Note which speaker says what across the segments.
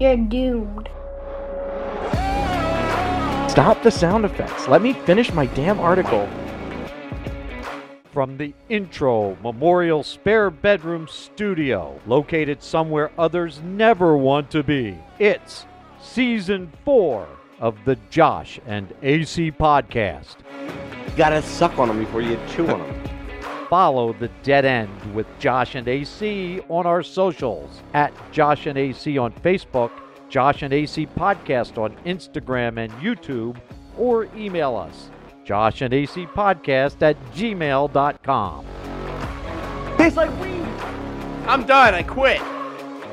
Speaker 1: You're doomed.
Speaker 2: Stop the sound effects. Let me finish my damn article.
Speaker 3: From the intro Memorial Spare Bedroom Studio, located somewhere others never want to be, it's season four of the Josh and AC podcast.
Speaker 4: You gotta suck on them before you chew on them.
Speaker 3: Follow the dead end with Josh and AC on our socials at Josh and AC on Facebook, Josh and AC Podcast on Instagram and YouTube, or email us, Josh and AC Podcast at gmail.com.
Speaker 4: Tastes like weed. I'm done. I quit.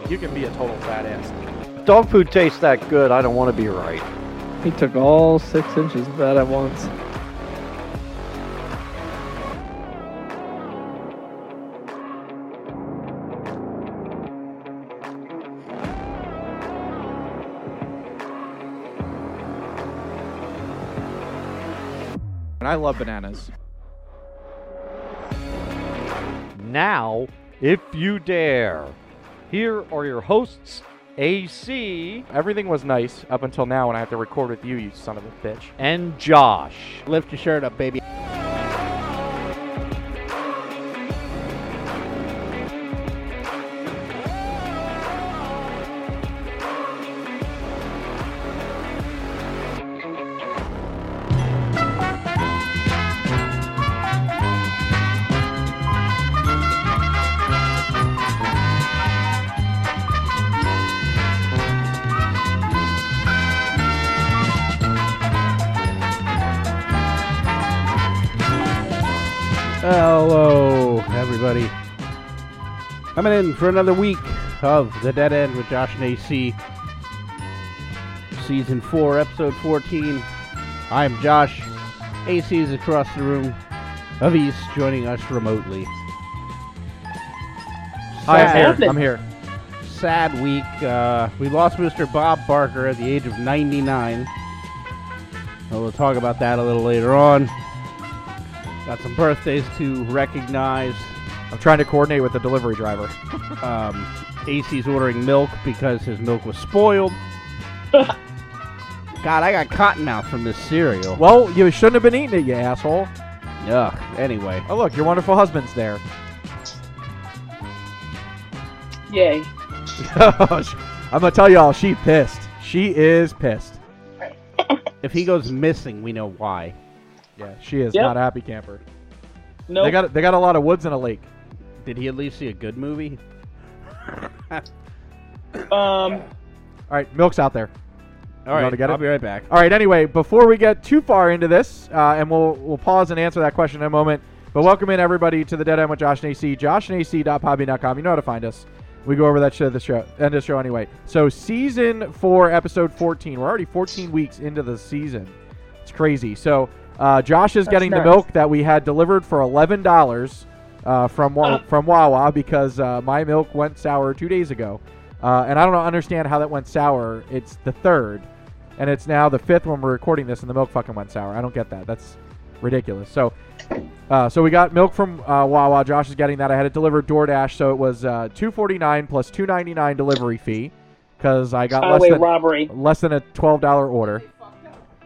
Speaker 2: You can be a total fat ass.
Speaker 3: Dog food tastes that good, I don't want to be right.
Speaker 5: He took all six inches of that at once.
Speaker 6: And I love bananas.
Speaker 3: Now, if you dare, here are your hosts, AC
Speaker 2: Everything was nice up until now when I have to record with you, you son of a bitch.
Speaker 3: and Josh.
Speaker 5: Lift your shirt up, baby.
Speaker 7: Hello, everybody. Coming in for another week of The Dead End with Josh and AC. Season 4, Episode 14. I'm Josh. AC is across the room. Avi's joining us remotely.
Speaker 2: Hi, I'm
Speaker 7: Sad-
Speaker 2: here. I'm here.
Speaker 7: Sad week. Uh, we lost Mr. Bob Barker at the age of 99. Well, we'll talk about that a little later on. Got some birthdays to recognize.
Speaker 2: I'm trying to coordinate with the delivery driver.
Speaker 7: um, AC's ordering milk because his milk was spoiled. God, I got cotton mouth from this cereal.
Speaker 2: Well, you shouldn't have been eating it, you asshole.
Speaker 7: Yuck. Anyway,
Speaker 2: Oh, look, your wonderful husband's there.
Speaker 8: Yay.
Speaker 2: I'm going to tell y'all, she pissed. She is pissed.
Speaker 7: if he goes missing, we know why.
Speaker 2: Yeah, she is
Speaker 8: Yep.
Speaker 2: not a happy camper.
Speaker 8: No.
Speaker 2: They got they got a lot of woods and a lake.
Speaker 7: Did he at least see a good movie?
Speaker 8: um.
Speaker 2: All right, milk's out there.
Speaker 7: All right,
Speaker 2: wanna get
Speaker 7: I'll
Speaker 2: it?
Speaker 7: be right back.
Speaker 2: All right. Anyway, before we get too far into this, uh, and we'll we'll pause and answer that question in a moment. But welcome in everybody to the Dead End with Josh and AC. JoshNAC.podbean.com. You know how to find us. We go over that shit at the show, end of the show anyway. So season four, episode fourteen. We're already fourteen weeks into the season. It's crazy. So uh, Josh is getting the
Speaker 8: nuts.
Speaker 2: milk that we had delivered for eleven dollars uh, from Wa-
Speaker 8: Uh.
Speaker 2: from Wawa because uh, my milk went sour two days ago, uh, and I don't understand how that went sour. It's the third, and it's now the fifth when we're recording this, and the milk fucking went sour. I don't get that. That's ridiculous. So. Uh, so we got milk from uh, Wawa. Josh is getting that. I had it delivered DoorDash, so it was uh, two forty nine plus two ninety nine delivery fee, because I got less
Speaker 8: Highway
Speaker 2: than
Speaker 8: robbery.
Speaker 2: less than a twelve dollar order.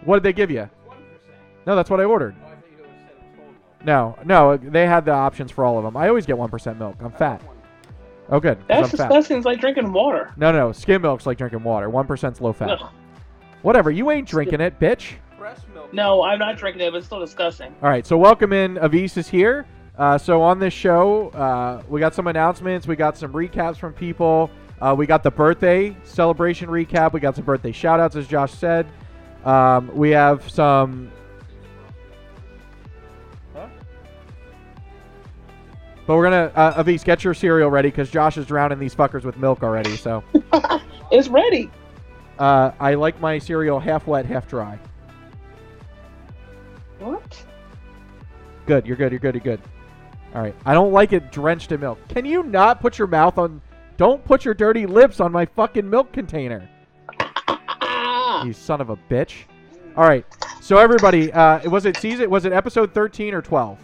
Speaker 2: What did they give you? No, that's what I ordered. No, no, they had the options for all of them. I always get one percent milk. I'm fat. Oh, good. 'cause
Speaker 8: That's
Speaker 2: I'm
Speaker 8: just,
Speaker 2: fat.
Speaker 8: that seems like drinking water.
Speaker 2: No, no, skim milk's like drinking water. One percent's low fat.
Speaker 8: Ugh.
Speaker 2: Whatever. You ain't drinking it, bitch.
Speaker 8: No, I'm not drinking it, but it's still disgusting.
Speaker 2: All right, so welcome in. Avis is here. Uh, so on this show, uh, we got some announcements, we got some recaps from people, uh, we got the birthday celebration recap, we got some birthday shout outs, as Josh said. Um, we have some. But we're gonna uh, Avis get your cereal ready because Josh is drowning these fuckers with milk already. So
Speaker 8: It's ready.
Speaker 2: uh, I like my cereal half wet, half dry.
Speaker 8: What?
Speaker 2: Good, you're good, you're good, you're good. All right. I don't like it drenched in milk. Can you not put your mouth on don't put your dirty lips on my fucking milk container.
Speaker 8: Ah,
Speaker 2: You son of a bitch. All right. So everybody, uh was it season was it episode 13 or 12?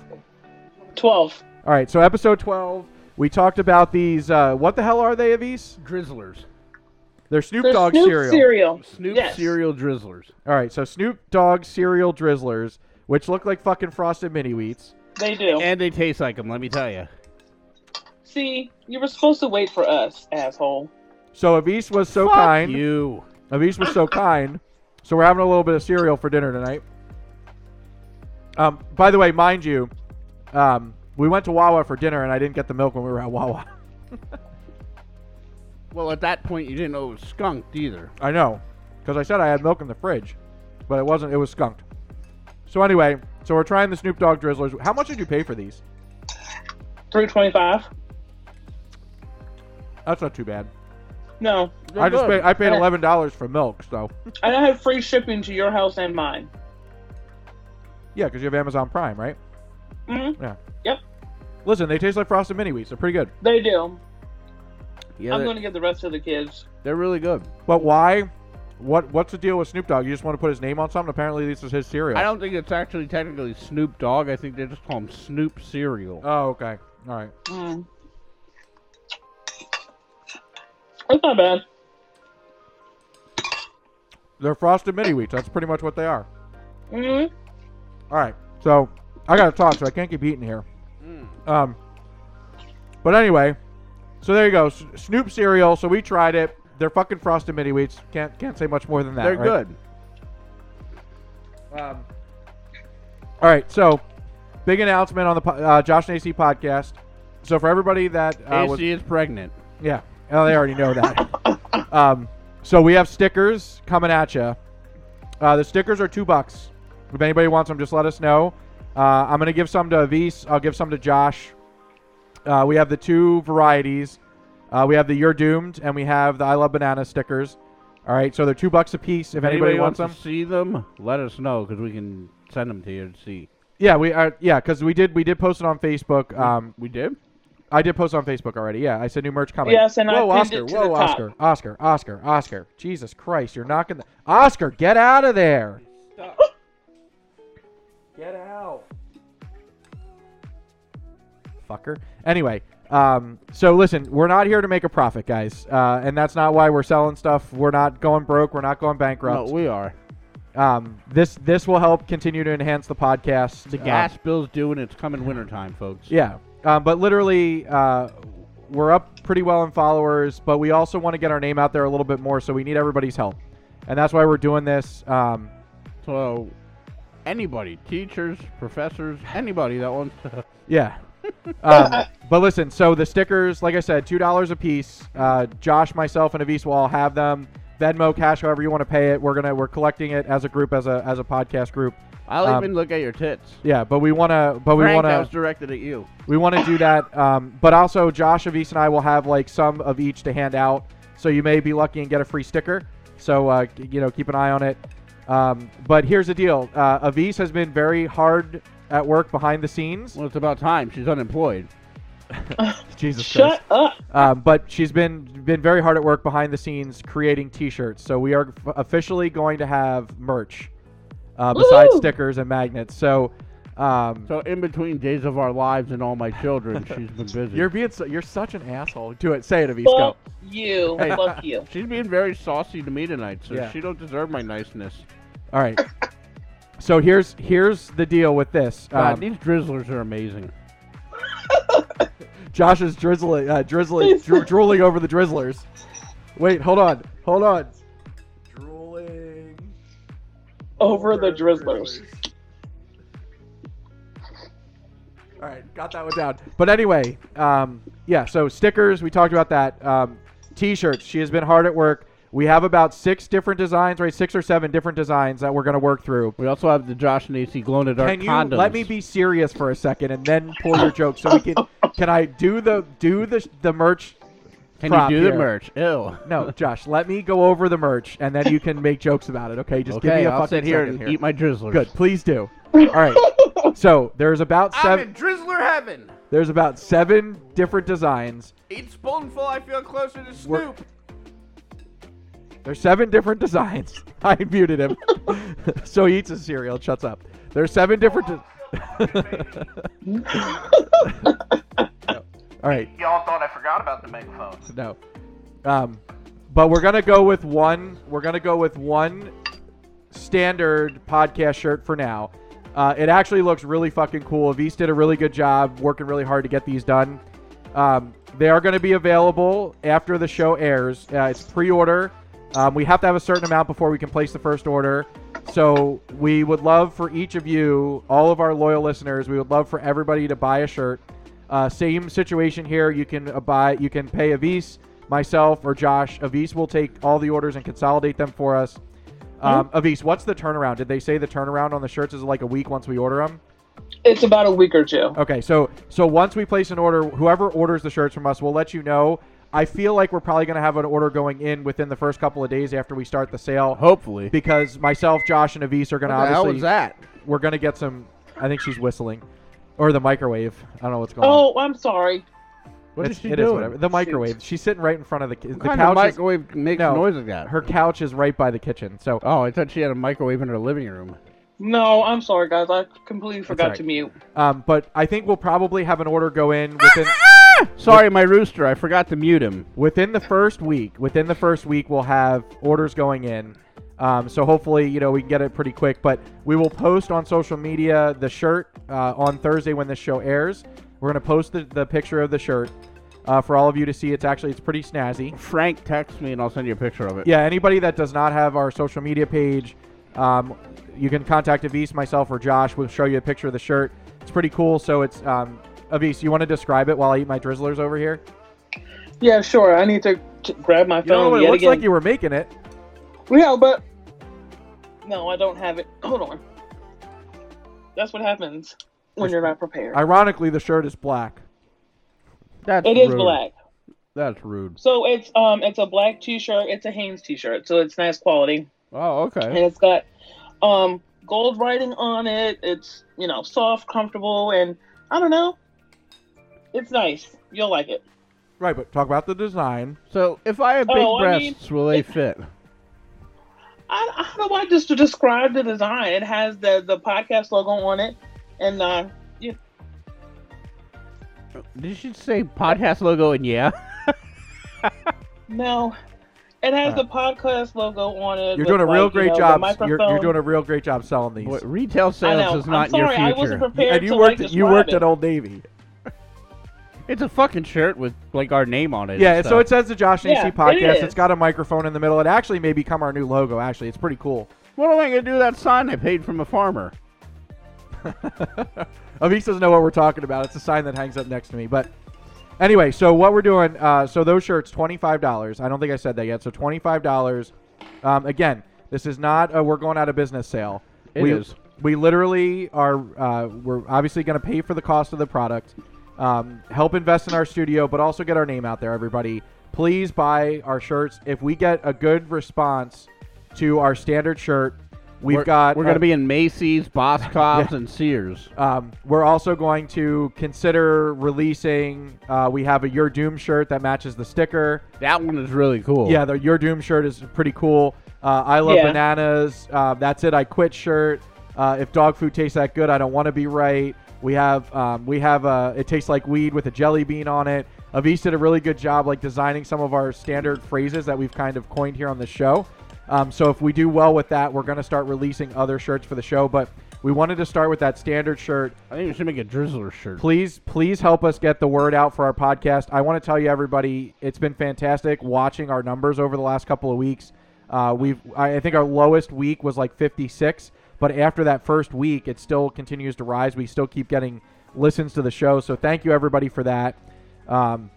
Speaker 8: 12.
Speaker 2: All right. So episode 12, we talked about these uh what the hell are they, Avis?
Speaker 7: Drizzlers.
Speaker 2: They're Snoop
Speaker 8: The
Speaker 2: Dogg
Speaker 8: Snoop
Speaker 2: cereal.
Speaker 7: Snoop
Speaker 8: Yes.
Speaker 7: cereal drizzlers.
Speaker 2: All right, so Snoop Dogg cereal drizzlers, which look like fucking frosted mini wheats.
Speaker 8: They
Speaker 2: Oh.
Speaker 8: do.
Speaker 7: And they taste like them, let me tell you.
Speaker 8: See, you were supposed to wait for us, asshole.
Speaker 2: So Avish was so
Speaker 7: Fuck
Speaker 2: kind.
Speaker 7: you.
Speaker 2: Avish was so kind. So we're having a little bit of cereal for dinner tonight. Um, by the way, mind you, um, we went to Wawa for dinner and I didn't get the milk when we were at Wawa.
Speaker 7: Well, at that point, you didn't know it was skunked either.
Speaker 2: I know, because I said I had milk in the fridge, but it wasn't. It was skunked. So anyway, so we're trying the Snoop Dogg drizzlers. How much did you pay for these?
Speaker 8: Three twenty-five.
Speaker 2: That's not too bad.
Speaker 8: No,
Speaker 2: I just paid, I paid
Speaker 8: Yeah.
Speaker 2: eleven dollars for milk, so
Speaker 8: and I had free shipping to your house and mine.
Speaker 2: yeah, because you have Amazon Prime, right?
Speaker 8: hmm
Speaker 2: Listen, they taste like frosted mini wheats. They're pretty good.
Speaker 8: They do.
Speaker 7: Yeah,
Speaker 8: I'm
Speaker 7: they're,
Speaker 8: going to give the rest of the kids.
Speaker 7: they're really good.
Speaker 2: But why? What What's the deal with Snoop Dogg? You just want to put his name on something? Apparently, this is his cereal.
Speaker 7: I don't think it's actually technically Snoop Dogg. I think they just call him Snoop cereal.
Speaker 2: Oh, okay. All right.
Speaker 8: Mm. It's not bad.
Speaker 2: They're frosted mini wheats. That's pretty much what they are.
Speaker 8: hmm
Speaker 2: All right. So I gotta talk, so I can't keep eating here. Um. But anyway, so there you go. S- Snoop cereal. So we tried it. They're fucking frosted mini wheats. Can't can't say much more than that.
Speaker 7: they're
Speaker 2: right?
Speaker 7: good.
Speaker 2: Um, all right, so big announcement on the po- uh, Josh and AC podcast. So for everybody that uh, was,
Speaker 7: AC is pregnant.
Speaker 2: yeah, oh, they already know that. um, so we have stickers coming at you. Uh, the stickers are two bucks. If anybody wants them, just let us know. Uh, I'm gonna give some to Avis. I'll give some to Josh. Uh, we have the two varieties. Uh, we have the You're Doomed, and we have the I Love Banana stickers. All right, so they're two bucks a piece. If anybody, wants them,
Speaker 7: to see them, let us know because we can send them to you to see.
Speaker 2: Yeah, we are. Yeah, because we did we did post it on Facebook. Um,
Speaker 7: We did.
Speaker 2: I did post on Facebook already. Yeah, I said new merch coming.
Speaker 8: Yes, and I
Speaker 2: whoa,
Speaker 8: pinned
Speaker 2: Oscar!
Speaker 8: it to
Speaker 2: whoa,
Speaker 8: the top.
Speaker 2: Oscar! Oscar! Oscar! Oscar! Jesus Christ! You're knocking the Oscar! Get out of there! Get out! Fucker. Anyway, um, so listen, we're not here to make a profit, guys, uh, and that's not why we're selling stuff. We're not going broke. We're not going bankrupt.
Speaker 7: No, we are.
Speaker 2: um, this this will help continue to enhance the podcast.
Speaker 7: The
Speaker 2: Um,
Speaker 7: gas bill's due and it's coming wintertime, folks.
Speaker 2: Yeah, um, but literally, uh, we're up pretty well in followers, but we also want to get our name out there a little bit more, so we need everybody's help, and that's why we're doing this. Um,
Speaker 7: So, anybody, teachers, professors, anybody that wants to.
Speaker 2: yeah. Um, but listen, so the stickers, like I said, two dollars a piece. Uh, Josh, myself, and Avis will all have them. Venmo, cash, however you want to pay it. We're gonna we're collecting it as a group, as a as a podcast group.
Speaker 7: I'll
Speaker 2: Um,
Speaker 7: even look at your tits.
Speaker 2: Yeah, but we wanna, but we
Speaker 7: Frank,
Speaker 2: wanna.
Speaker 7: that was directed at you.
Speaker 2: We want to do that, um, but also Josh, Avis, and I will have like some of each to hand out. So you may be lucky and get a free sticker. So uh, c- you know, keep an eye on it. Um, but here's the deal: uh, Avis has been very hard at work behind the scenes.
Speaker 7: Well, it's about time. She's unemployed.
Speaker 2: Jesus
Speaker 8: Shut up.
Speaker 2: Um, but she's been been very hard at work behind the scenes creating T-shirts. So we are f- officially going to have merch uh, besides
Speaker 8: Woo!
Speaker 2: stickers and magnets. So. Um,
Speaker 7: So in between days of our lives and all my children, she's been busy.
Speaker 2: you're being so, you're such an asshole. Do it. Say it, Avis. Go.
Speaker 8: Fuck you. Fuck you.
Speaker 7: she's being very saucy to me tonight, so
Speaker 2: Yeah.
Speaker 7: she don't deserve my niceness.
Speaker 2: All right. So here's here's the deal with this.
Speaker 7: God,
Speaker 2: Um,
Speaker 7: Uh, these drizzlers are amazing.
Speaker 2: Josh is drizzling, uh, drizzling, dro- drooling over the drizzlers. Wait, hold on, hold on. Drooling
Speaker 8: Over the Drizzlers.
Speaker 2: All right, got that one down. But anyway, um, yeah. So stickers, we talked about that. Um, t-shirts. She has been hard at work. We have about six different designs, right? Six or seven different designs that we're going to work through.
Speaker 7: We also have the Josh and AC glow in the dark
Speaker 2: Can you
Speaker 7: condoms.
Speaker 2: let me be serious for a second and then pull your joke so we can? Can I do the do the the merch?
Speaker 7: Can
Speaker 2: prop
Speaker 7: you do
Speaker 2: here?
Speaker 7: the merch? Ew.
Speaker 2: No, Josh. Let me go over the merch and then you can make jokes about it. Okay, just give
Speaker 7: okay,
Speaker 2: me a
Speaker 7: I'll
Speaker 2: fucking
Speaker 7: sit here
Speaker 2: second
Speaker 7: and
Speaker 2: here.
Speaker 7: eat my drizzlers.
Speaker 2: Good, please do. All right. So there's about
Speaker 6: I'm
Speaker 2: seven.
Speaker 6: in drizzler heaven.
Speaker 2: There's about seven different designs.
Speaker 6: Eat spoonful, I feel closer to
Speaker 2: We're-
Speaker 6: Snoop.
Speaker 2: There's seven different designs. I muted him. so he eats his cereal and shuts up. There's seven different. De- All right.
Speaker 6: Y'all thought I forgot about the megaphone.
Speaker 2: No. Um, But we're gonna go with one. We're gonna go with one standard podcast shirt for now. Uh, it actually looks really fucking cool. Avise did a really good job working really hard to get these done. Um, they are going to be available after the show airs. Uh, it's pre-order. Um, we have to have a certain amount before we can place the first order. So we would love for each of you, all of our loyal listeners, we would love for everybody to buy a shirt. Uh, same situation here. You can uh, buy, you can pay Avise, myself, or Josh. Avise will take all the orders and consolidate them for us. Um, Avise, what's the turnaround? Did they say the turnaround on the shirts is like a week once we order them?
Speaker 8: It's about a week or two.
Speaker 2: Okay, so so once we place an order, whoever orders the shirts from us, we'll let you know. I feel like we're probably going to have an order going in within the first couple of days after we start the sale
Speaker 7: Hopefully.
Speaker 2: because myself, Josh, and Avis are going to
Speaker 7: What the hell
Speaker 2: obviously
Speaker 7: was that?
Speaker 2: we're going to get some. I think she's whistling, or the microwave. I don't know what's going on.
Speaker 8: Oh, I'm sorry.
Speaker 7: What
Speaker 2: It's-
Speaker 7: is she
Speaker 2: it
Speaker 7: doing?
Speaker 2: whatever. The microwave. She's sitting right in front of the ki-
Speaker 7: What
Speaker 2: the
Speaker 7: kind of
Speaker 2: couch. is-
Speaker 7: microwave makes
Speaker 2: No.
Speaker 7: noise like that?
Speaker 2: her couch is right by the kitchen, so
Speaker 7: Oh, I thought she had a microwave in her living room.
Speaker 8: No, I'm sorry, guys. I completely forgot
Speaker 2: right.
Speaker 8: to mute.
Speaker 2: um. But I think we'll probably have an order go in within.
Speaker 7: Sorry, my rooster. I forgot to mute him.
Speaker 2: within the first week within the first week we'll have orders going in um, so hopefully you know we can get it pretty quick but we will post on social media the shirt uh, on thursday when this show airs we're going to post the, the picture of the shirt uh, for all of you to see it's actually it's pretty snazzy
Speaker 7: Frank, text me and I'll send you a picture of it.
Speaker 2: yeah anybody that does not have our social media page um, you can contact avis myself or josh we'll show you a picture of the shirt it's pretty cool so it's um, avis you want to describe it while i eat my drizzlers over here
Speaker 8: Yeah, sure. I need to t- grab my
Speaker 2: you know
Speaker 8: phone
Speaker 2: what it
Speaker 8: yet
Speaker 2: looks
Speaker 8: again.
Speaker 2: like you were making it
Speaker 8: Yeah, but no, I don't have it. Hold on. That's what happens when you're not prepared.
Speaker 2: ironically the shirt is black
Speaker 7: That's
Speaker 8: It is
Speaker 7: rude.
Speaker 8: black.
Speaker 7: That's rude.
Speaker 8: So it's um it's a black t-shirt. It's a Hanes t-shirt, so it's nice quality,
Speaker 7: Oh,
Speaker 8: and
Speaker 7: okay.
Speaker 8: it's got um gold writing on it. It's you know soft, comfortable, and I don't know. It's nice. You'll like it.
Speaker 2: Right, but talk about the design.
Speaker 7: So if I have big
Speaker 8: Oh, I mean-
Speaker 7: breasts, will they fit?
Speaker 8: I, I don't know why just to describe the design. It has the the podcast logo on it, and uh, you,
Speaker 7: Did she say podcast logo and yeah?
Speaker 8: no, it has the podcast logo on it.
Speaker 2: Uh. You're doing a
Speaker 8: with,
Speaker 2: real
Speaker 8: like, you
Speaker 2: great
Speaker 8: know, the
Speaker 2: job. You're, you're
Speaker 8: microphone.
Speaker 2: doing a real great job selling these.
Speaker 7: Boy, retail
Speaker 8: I
Speaker 7: sales
Speaker 8: know.
Speaker 7: is not
Speaker 8: I'm sorry,
Speaker 7: your
Speaker 8: I wasn't
Speaker 7: future.
Speaker 8: prepared
Speaker 2: and you
Speaker 8: to
Speaker 2: worked
Speaker 8: like,
Speaker 2: you worked
Speaker 8: describe
Speaker 2: at
Speaker 8: it.
Speaker 2: Old Navy.
Speaker 7: it's a fucking shirt with like our name on it. and
Speaker 2: Yeah, and so
Speaker 7: stuff.
Speaker 2: it says the Josh and
Speaker 8: Yeah,
Speaker 2: AC
Speaker 8: it
Speaker 2: podcast.
Speaker 8: is.
Speaker 2: it's got a microphone in the middle. It actually may become our new logo. Actually, it's pretty cool.
Speaker 7: What am I gonna do with that sign I paid from a farmer?
Speaker 2: Avis doesn't know what we're talking about. It's a sign that hangs up next to me. But anyway, so what we're doing, uh, so those shirts, $25. I don't think I said that yet. So $25. Um, again, this is not a we're going out of business sale.
Speaker 7: It
Speaker 2: we,
Speaker 7: is.
Speaker 2: We literally are, uh, we're obviously going to pay for the cost of the product, um, help invest in our studio, but also get our name out there, everybody. Please buy our shirts. If we get a good response to our standard shirt, we've
Speaker 7: we're,
Speaker 2: got
Speaker 7: We're gonna
Speaker 2: uh,
Speaker 7: be in Macy's, Boscov's, and Sears.
Speaker 2: um, we're also going to consider releasing. Uh, we have a Your Doom shirt that matches the sticker.
Speaker 7: That one is really cool.
Speaker 2: Yeah, the Your Doom shirt is pretty cool. Uh, I love
Speaker 8: Yeah.
Speaker 2: bananas. Uh, that's it. I quit shirt. Uh, if dog food tastes that good, I don't want to be right. We have um, we have uh it tastes like weed with a jelly bean on it. Avis did a really good job like designing some of our standard phrases that we've kind of coined here on the show. Um, so if we do well with that, we're going to start releasing other shirts for the show. But we wanted to start with that standard shirt
Speaker 7: I think we should make a Drizzler shirt.
Speaker 2: please please help us get the word out for our podcast i want to tell you everybody it's been fantastic watching our numbers over the last couple of weeks uh, we've I, I think our lowest week was like 56 but after that first week it still continues to rise we still keep getting listens to the show so thank you everybody for that um,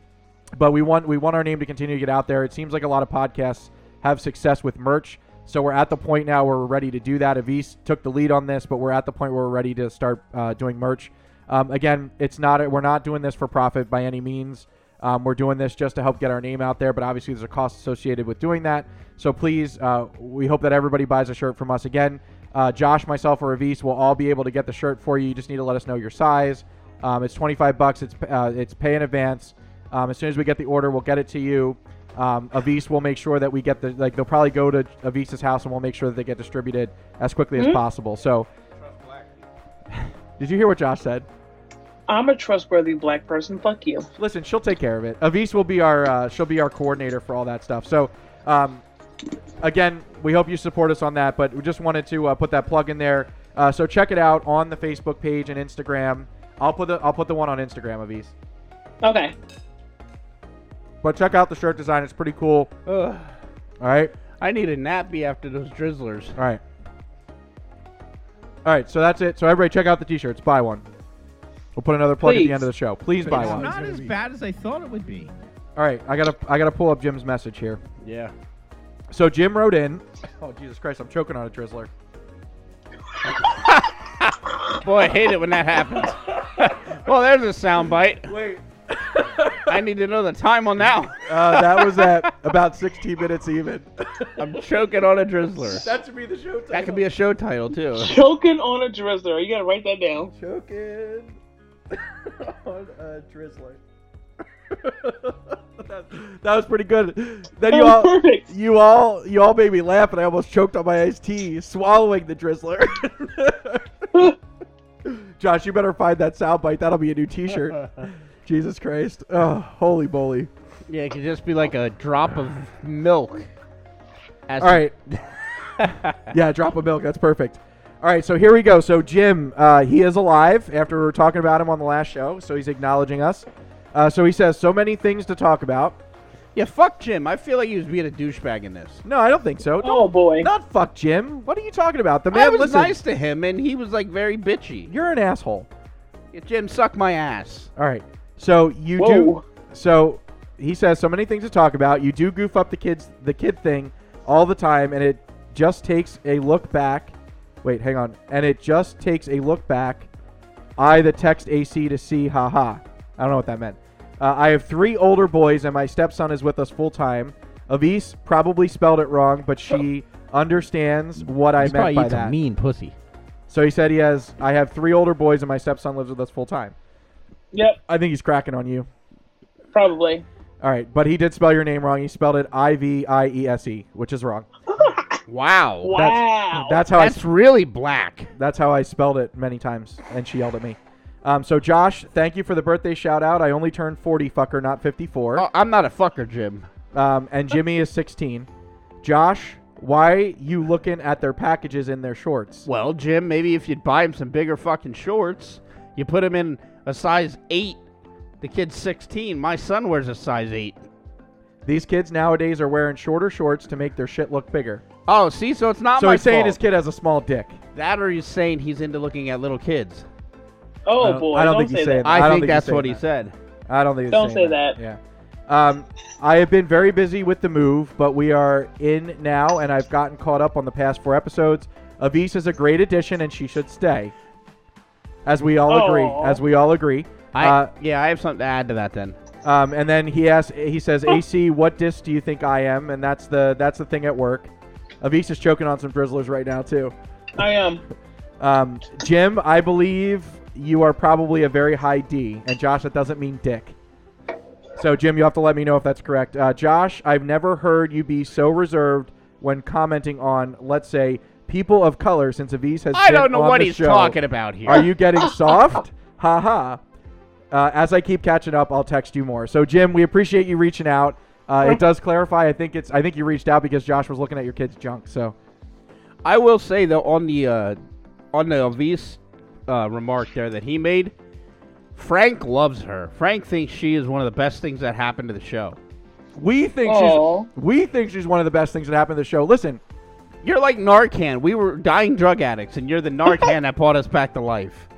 Speaker 2: but we want we want our name to continue to get out there. It seems like a lot of podcasts have success with merch, so we're at the point now where we're ready to do that. Avis took the lead on this, but we're at the point where we're ready to start uh, doing merch. Um, again, it's not we're not doing this for profit by any means. Um, we're doing this just to help get our name out there, but obviously there's a cost associated with doing that. So please, uh, we hope that everybody buys a shirt from us. Again, uh, Josh, myself, or Avis will all be able to get the shirt for you. You just need to let us know your size. Um, it's 25 bucks. It's uh, it's pay in advance. Um, as soon as we get the order, we'll get it to you. Um, Avis will make sure that we get the like. They'll probably go to Avis's house, and we'll make sure that they get distributed as quickly as possible. So, did you hear what Josh said?
Speaker 8: I'm a trustworthy black person. Fuck you.
Speaker 2: Listen, she'll take care of it. Avis will be our uh, she'll be our coordinator for all that stuff. So, um, again, we hope you support us on that. But we just wanted to uh, put that plug in there. Uh, so check it out on the Facebook page and Instagram. I'll put the I'll put the one on Instagram, Avis.
Speaker 8: Okay.
Speaker 2: But check out the shirt design; it's pretty cool.
Speaker 7: Ugh.
Speaker 2: All right,
Speaker 7: I need a nappy after those drizzlers.
Speaker 2: all right, all right. So that's it. So everybody, check out the t-shirts. Buy one. We'll put another plug at
Speaker 8: Please.
Speaker 2: the end of the show. Please buy
Speaker 1: It's
Speaker 2: one.
Speaker 1: not as bad as I thought it would be.
Speaker 2: All right, I gotta I gotta pull up Jim's message here.
Speaker 7: Yeah.
Speaker 2: So Jim wrote in. Oh Jesus Christ, I'm choking on a drizzler.
Speaker 7: Boy, I hate it when that happens. well, there's a sound bite.
Speaker 2: Wait.
Speaker 7: I need to know the time on that. one.
Speaker 2: Uh, that was at about 16 minutes even.
Speaker 7: I'm choking on a drizzler.
Speaker 2: That should be the show title.
Speaker 7: That could be a show title too.
Speaker 8: Choking on a drizzler. You gotta write that down.
Speaker 2: choking on a drizzler. that, that was pretty good. Then you
Speaker 8: That was
Speaker 2: all,
Speaker 8: perfect.
Speaker 2: you all, you all made me laugh, and I almost choked on my iced tea swallowing the drizzler. Josh, you better find that soundbite. That'll be a new T-shirt. Jesus Christ! Oh, holy moly!
Speaker 7: Yeah, it could just be like a drop of milk. As
Speaker 2: All right. yeah, drop of milk. That's perfect. All right, so here we go. So Jim, uh, he is alive after we were talking about him on the last show, so he's acknowledging us. Uh, so he says so many things to talk about.
Speaker 7: Yeah, fuck Jim. I feel like he was being a douchebag in this.
Speaker 2: No, I don't think so.
Speaker 8: Oh
Speaker 2: Don't,
Speaker 8: boy.
Speaker 2: not fuck Jim. What are you talking about? The
Speaker 7: Man, I
Speaker 2: man
Speaker 7: was
Speaker 2: listen,
Speaker 7: nice to him, and he was like very bitchy.
Speaker 2: You're an asshole.
Speaker 7: Yeah, Jim, suck my ass.
Speaker 2: All right. So you do.
Speaker 8: Whoa.
Speaker 2: So he says so many things to talk about. You do goof up the kids, the kid thing, all the time, and it just takes a look back. Wait, hang on. And it just takes a look back. I the text AC to see, haha. I don't know what that meant. Uh, I have three older boys, and my stepson is with us full time. Avis probably spelled it wrong, but she understands what I
Speaker 1: He's
Speaker 2: meant
Speaker 1: probably
Speaker 2: by
Speaker 1: eats a
Speaker 2: that.
Speaker 1: mean pussy.
Speaker 2: So he said he has. I have three older boys, and my stepson lives with us full time.
Speaker 8: Yep,
Speaker 2: I think he's cracking on you.
Speaker 8: probably.
Speaker 2: All right, but he did spell your name wrong. He spelled it I V I E S E, which is wrong.
Speaker 7: Wow.
Speaker 8: Wow.
Speaker 2: That's how I
Speaker 7: That's really black.
Speaker 2: that's how I spelled it many times, and she yelled at me. Um, so Josh, thank you for the birthday shout out. I only turned forty, fucker, not fifty four.
Speaker 7: Oh, I'm not a fucker, Jim.
Speaker 2: Um, and Jimmy is sixteen. Josh, why you looking at their packages in their shorts?
Speaker 7: Well, Jim, maybe if you'd buy him some bigger fucking shorts, you put him in a size 8. The kid's 16. My son wears a size 8.
Speaker 2: These kids nowadays are wearing shorter shorts to make their shit look bigger.
Speaker 7: Oh, see, so it's not
Speaker 2: so
Speaker 7: my
Speaker 2: he's saying
Speaker 7: fault.
Speaker 2: his kid has a small dick.
Speaker 7: That or he's saying he's into looking at little kids.
Speaker 8: oh
Speaker 2: I don't-
Speaker 8: boy.
Speaker 2: I don't
Speaker 8: don't,
Speaker 2: think he's
Speaker 8: say
Speaker 2: saying
Speaker 8: that.
Speaker 2: I
Speaker 7: I,
Speaker 2: don't
Speaker 7: think,
Speaker 2: think he's
Speaker 7: that's what
Speaker 2: saying
Speaker 7: he said.
Speaker 2: I don't think. It's
Speaker 8: Don't
Speaker 2: saying
Speaker 8: say that.
Speaker 2: Yeah. Um, I have been very busy with the move, but we are in now, and I've gotten caught up on the past four episodes. Avis is a great addition, and she should stay. As we all
Speaker 8: Aw.
Speaker 2: agree. As we all agree.
Speaker 7: I,
Speaker 2: Uh,
Speaker 7: yeah, I have something to add to that then.
Speaker 2: um, and then he asks, he says, "AC, what disc do you think I am?" And that's the that's the thing at work. Avis is choking on some drizzlers right now too.
Speaker 8: I am.
Speaker 2: Um, Jim, I believe you are probably a very high D. And Josh, that doesn't mean dick. So, Jim, you have to let me know if that's correct. Uh, Josh, I've never heard you be so reserved when commenting on, let's say, people of color since Aviz has
Speaker 7: I
Speaker 2: been
Speaker 7: don't know
Speaker 2: on
Speaker 7: what
Speaker 2: the
Speaker 7: he's
Speaker 2: show.
Speaker 7: talking about here.
Speaker 2: Are you getting soft? Ha ha. Uh, as I keep catching up, I'll text you more. So, Jim, we appreciate you reaching out. Uh, it does clarify. I think it's. I think you reached out because Josh was looking at your kid's junk. So,
Speaker 7: I will say though on the uh, on the Elvis uh, remark there that he made, Frank loves her. Frank thinks she is one of the best things that happened to the show.
Speaker 2: we think
Speaker 8: Aw.
Speaker 2: she's. We think she's one of the best things that happened to the show. Listen,
Speaker 7: You're like Narcan. We were dying drug addicts, and you're the Narcan that brought us back to life.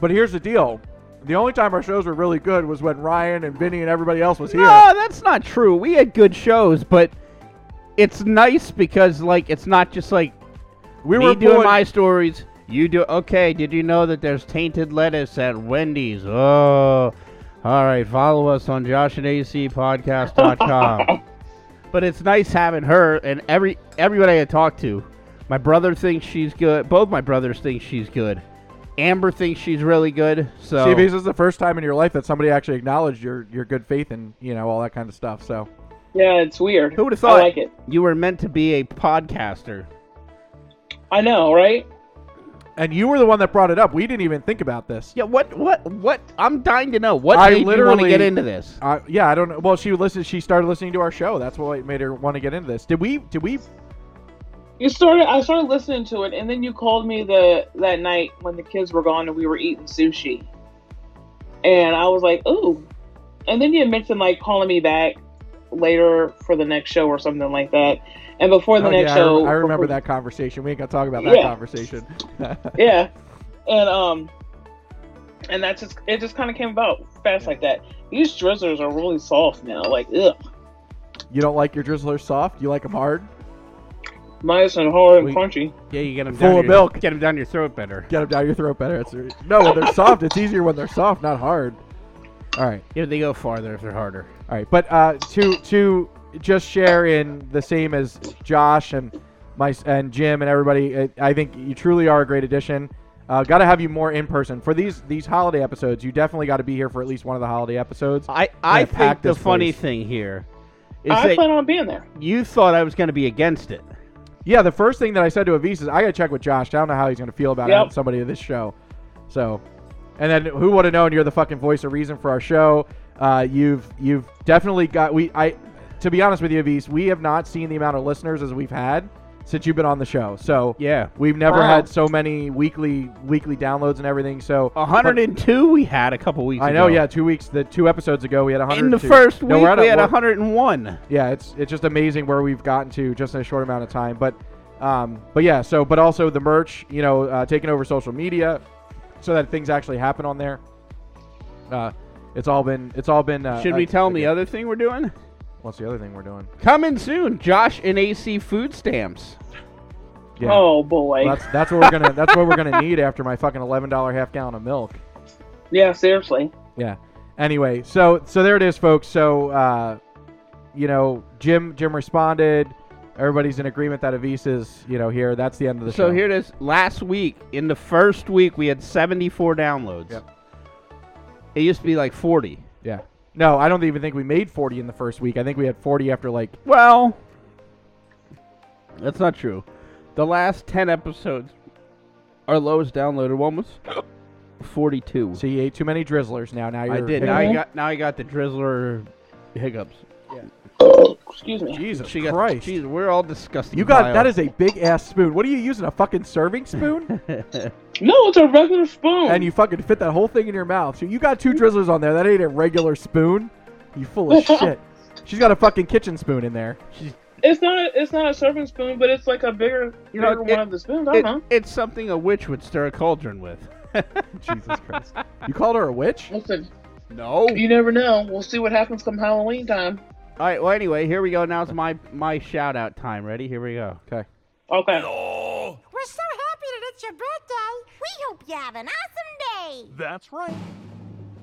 Speaker 2: But here's the deal: the only time our shows were really good was when Ryan and Vinny and everybody else was here.
Speaker 7: No, that's not true. We had good shows, but it's nice because like it's not just like
Speaker 2: we
Speaker 7: me
Speaker 2: were
Speaker 7: doing
Speaker 2: pulling-
Speaker 7: my stories. You do okay. Did you know that there's tainted lettuce at Wendy's? Oh, all right. Follow us on Josh and AC Podcast.com. but it's nice having her and every everybody I talk to. My brother thinks she's good. Both my brothers think she's good. Amber thinks she's really good. So
Speaker 2: See, this is the first time in your life that somebody actually acknowledged your your good faith and you know all that kind of stuff. So
Speaker 8: Yeah, it's weird.
Speaker 7: who would have thought
Speaker 8: I like it.
Speaker 7: you were meant to be a podcaster?
Speaker 8: I know, right?
Speaker 2: And you were the one that brought it up. We didn't even think about this.
Speaker 7: Yeah, what, what, what? I'm dying to know. What
Speaker 2: I
Speaker 7: made you want to
Speaker 2: literally-
Speaker 7: get into this?
Speaker 2: Uh, yeah, I don't know. Well, she listened. She started listening to our show. That's what made her want to get into this. Did we? Did we?
Speaker 8: You started. I started listening to it, and then you called me the that night when the kids were gone and we were eating sushi, and I was like, "Ooh!" And then you mentioned like calling me back later for the next show or something like that, and before the
Speaker 2: Oh,
Speaker 8: next
Speaker 2: yeah, I,
Speaker 8: show,
Speaker 2: I remember
Speaker 8: before-
Speaker 2: that conversation. We ain't gonna talk about that
Speaker 8: Yeah.
Speaker 2: conversation.
Speaker 8: yeah and um and that's just it just kind of came about fast like that these drizzlers are really soft now like ugh
Speaker 2: You don't like your drizzler soft. You like them hard.
Speaker 8: nice and hard and
Speaker 7: We-
Speaker 8: crunchy
Speaker 7: Yeah, you get them
Speaker 2: Full
Speaker 7: down
Speaker 2: of
Speaker 7: your,
Speaker 2: milk.
Speaker 7: Get them down your throat better.
Speaker 2: Get them down your throat better. It's, no, when they're soft, it's easier when they're soft, not hard. All right.
Speaker 7: Yeah, they go farther if they're harder.
Speaker 2: All right, but uh, to to just share in the same as Josh and my and Jim and everybody, I- I think you truly are a great addition. Uh, got to have you more in person for these these holiday episodes. You definitely got to be here for at least one of the holiday episodes.
Speaker 7: I, I
Speaker 2: Yeah,
Speaker 7: think
Speaker 2: pack
Speaker 7: the
Speaker 2: this
Speaker 7: funny
Speaker 2: place.
Speaker 7: thing here is
Speaker 8: i
Speaker 7: that
Speaker 8: plan on being there
Speaker 7: you thought I was going to be against it.
Speaker 2: Yeah, the first thing that I said to Avis is I got to check with Josh. I don't know how he's going to feel about
Speaker 8: Yep.
Speaker 2: having somebody of this show. So, and then who would have known you're the fucking voice of reason for our show? Uh, you've you've definitely got we I to be honest with you, Avis, we have not seen the amount of listeners as we've had since you've been on the show. So
Speaker 7: Yeah.
Speaker 2: we've never
Speaker 8: Wow.
Speaker 2: had so many weekly weekly downloads and everything. So
Speaker 7: 102 we had a couple weeks
Speaker 2: I know,
Speaker 7: ago.
Speaker 2: yeah, two weeks the two episodes ago we had 100.
Speaker 7: In the first week,
Speaker 2: no, we're at
Speaker 7: we
Speaker 2: a, Uh,
Speaker 7: had
Speaker 2: we're-
Speaker 7: 101.
Speaker 2: yeah, it's it's just amazing where we've gotten to just in a short amount of time. But um, but yeah, so but also the merch, you know, uh, taking over social media so that things actually happen on there. Uh, it's all been it's all been. Uh,
Speaker 7: Should we
Speaker 2: uh,
Speaker 7: tell them the
Speaker 2: okay.
Speaker 7: other thing we're doing?
Speaker 2: What's the other thing we're doing?
Speaker 7: Coming soon, Josh and AC food stamps.
Speaker 2: Yeah.
Speaker 8: oh boy
Speaker 2: That's that's what we're gonna that's what we're gonna need after my fucking eleven dollar half gallon of milk.
Speaker 8: yeah seriously
Speaker 2: Yeah. Anyway, so so there it is, folks. So uh, you know, Jim Jim responded. Everybody's in agreement that Avis is you know here. That's the end of the show.
Speaker 7: So here it is. Last week, in the first week, we had 74 downloads.
Speaker 2: Yep.
Speaker 7: It used to be like 40.
Speaker 2: Yeah. No, I don't even think we made 40 in the first week. I think we had 40 after like
Speaker 7: Well, that's not true. The last 10 episodes, our lowest downloaded one was 42.
Speaker 2: so you ate too many drizzlers now. Now you're
Speaker 7: I did. Now I got now I got the drizzler hiccups.
Speaker 8: excuse me
Speaker 2: Jesus
Speaker 7: She got
Speaker 2: Christ.
Speaker 7: Jeez, we're all disgusting.
Speaker 2: You got that is a big ass spoon. What are you using a fucking serving spoon?
Speaker 7: is
Speaker 8: no it's a regular spoon
Speaker 2: and you fucking fit that whole thing in your mouth. So you got two drizzlers on there. That ain't a regular spoon. You full of shit. She's got a fucking kitchen spoon in there.
Speaker 8: it's not a, it's not a serving spoon but it's like a bigger
Speaker 7: You
Speaker 8: you
Speaker 7: know,
Speaker 8: know bigger
Speaker 7: it-
Speaker 8: one of the spoons Uh-huh. i
Speaker 7: it,
Speaker 8: don't know
Speaker 7: it's something a witch would stir a cauldron with.
Speaker 2: Jesus Christ. You called her a witch?
Speaker 8: listen
Speaker 7: No.
Speaker 8: you never know we'll see what happens come halloween time
Speaker 7: All right. Well, anyway, here we go. Now it's my my shout out time. Ready? Here we go.
Speaker 2: Okay.
Speaker 8: okay
Speaker 9: We're so happy that it's your birthday. We hope you have an awesome day. That's right.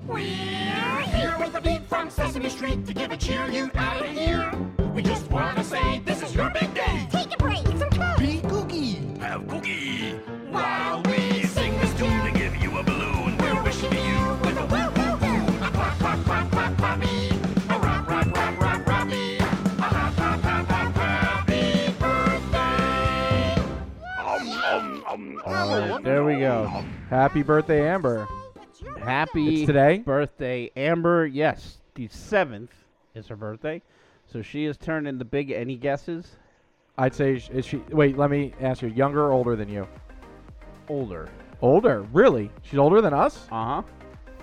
Speaker 9: We're here with the beat from Sesame Street to give a cheer you out of here. We just wanna say this is your big day. Take a break, some cake. Be cookie. Have cookie. While we sing this tune to give you a balloon, we're wishing you with a woo woo woo. A pop pop pop pop poppy. A rock rock rock rock rocky. A hop hop hop hop happy birthday.
Speaker 7: There we go.
Speaker 2: Happy birthday, Amber.
Speaker 7: Happy
Speaker 2: It's today?
Speaker 7: birthday, Amber. Yes, the seventh is her birthday, so she is turning the big. Any guesses?
Speaker 2: I'd say sh- is she Wait, let me ask you. Younger or older than you?
Speaker 7: Older.
Speaker 2: Older. Really? She's older than us?
Speaker 7: Uh huh.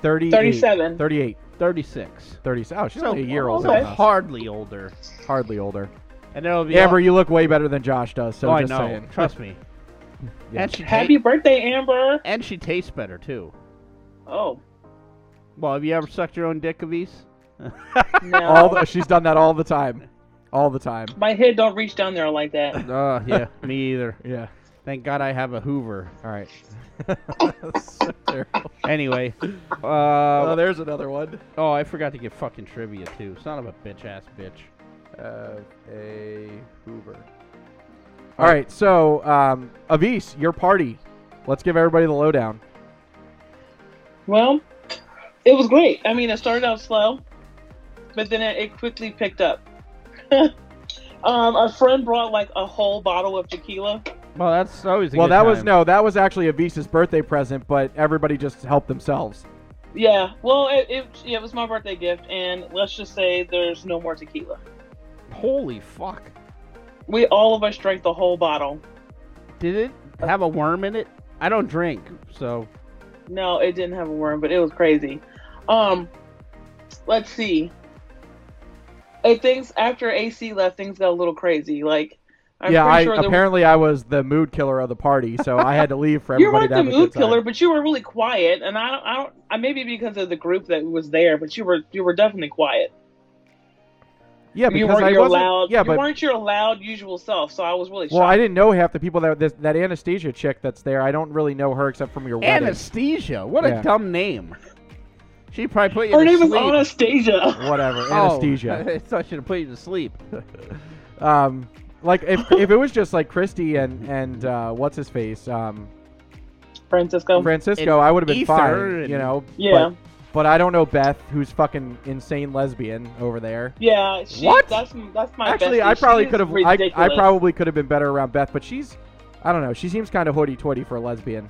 Speaker 2: 38,
Speaker 8: 37.
Speaker 2: 38.
Speaker 7: Thirty six.
Speaker 2: 30. Oh, she's only a year older
Speaker 7: so
Speaker 2: than us.
Speaker 7: hardly older.
Speaker 2: Hardly older.
Speaker 7: And it'll be
Speaker 2: Amber, you look way better than Josh does. So
Speaker 7: oh, I
Speaker 2: just
Speaker 7: know.
Speaker 2: saying.
Speaker 7: Trust me.
Speaker 2: Yeah.
Speaker 7: And she ta-
Speaker 8: happy birthday amber
Speaker 7: and she tastes better too.
Speaker 8: oh
Speaker 7: Well, have you ever sucked your own dick, Avis?
Speaker 8: no
Speaker 2: All the, she's done that all the time, all the time.
Speaker 8: my head don't reach down there like that
Speaker 7: Oh, yeah. me either.
Speaker 2: Yeah.
Speaker 7: Thank God I have a Hoover.
Speaker 2: All right. That's so terrible.
Speaker 7: Anyway, uh,
Speaker 2: Oh, there's another one.
Speaker 7: oh, I forgot to get fucking trivia too. Son of a bitch, ass bitch.
Speaker 2: Uh, a Hoover. All right. So, um, Avis, your party. Let's give everybody the lowdown.
Speaker 8: Well, it was great. I mean, it started out slow, but then it, it quickly picked up. um, a friend brought like a whole bottle of tequila
Speaker 7: Well, that's always a
Speaker 2: well,
Speaker 7: good
Speaker 2: that was
Speaker 7: time.
Speaker 2: no, that was actually a Visa's birthday present, but everybody just helped themselves.
Speaker 8: Yeah, well, it, it, yeah, it was my birthday gift, and let's just say there's no more tequila.
Speaker 7: Holy fuck!
Speaker 8: We all of us drank the whole bottle.
Speaker 7: Did it have a worm in it? I don't drink, so
Speaker 8: No, it didn't have a worm, but it was crazy. Um, let's see. Uh, things after AC left, things got a little crazy. Like, I'm
Speaker 2: yeah,
Speaker 8: pretty
Speaker 2: I
Speaker 8: sure there,
Speaker 2: apparently I was the mood killer of the party, so I had to leave for
Speaker 8: you
Speaker 2: everybody
Speaker 8: weren't
Speaker 2: to
Speaker 8: the
Speaker 2: have a good
Speaker 8: mood
Speaker 2: time.
Speaker 8: killer, but you were really quiet. And I don't, I don't, I maybe because of the group that was there, but you were, you were definitely quiet.
Speaker 2: Yeah, because
Speaker 8: you weren't
Speaker 2: I
Speaker 8: your
Speaker 2: wasn't.
Speaker 8: loud,
Speaker 2: yeah,
Speaker 8: you
Speaker 2: but
Speaker 8: weren't your loud usual self. So I was really
Speaker 2: well,
Speaker 8: shocked.
Speaker 2: I didn't know half the people that this, that Anastasia chick that's there. I don't really know her except from your wedding.
Speaker 7: anesthesia. What
Speaker 2: Yeah.
Speaker 7: a dumb name. She probably put you
Speaker 8: Her
Speaker 7: to
Speaker 8: name is
Speaker 7: sleep.
Speaker 8: Anastasia.
Speaker 2: Whatever,
Speaker 7: Oh,
Speaker 2: anesthesia.
Speaker 7: I thought she'd have put you to sleep.
Speaker 2: Um, like if, if it was just like Christy and and uh, what's his face, um,
Speaker 8: Francisco.
Speaker 7: And
Speaker 2: Francisco, I would have been
Speaker 7: Ether
Speaker 2: fine,
Speaker 7: and-
Speaker 2: you know.
Speaker 8: Yeah.
Speaker 2: But, but I don't know Beth, who's fucking insane lesbian over there.
Speaker 8: yeah. She,
Speaker 2: What?
Speaker 8: That's, that's my
Speaker 2: Actually,
Speaker 8: bestie.
Speaker 2: I probably
Speaker 8: She is
Speaker 2: could have. I, I
Speaker 8: ridiculous.
Speaker 2: probably could have been better around Beth, but she's, I don't know. She seems kind of hoity-toity for a lesbian.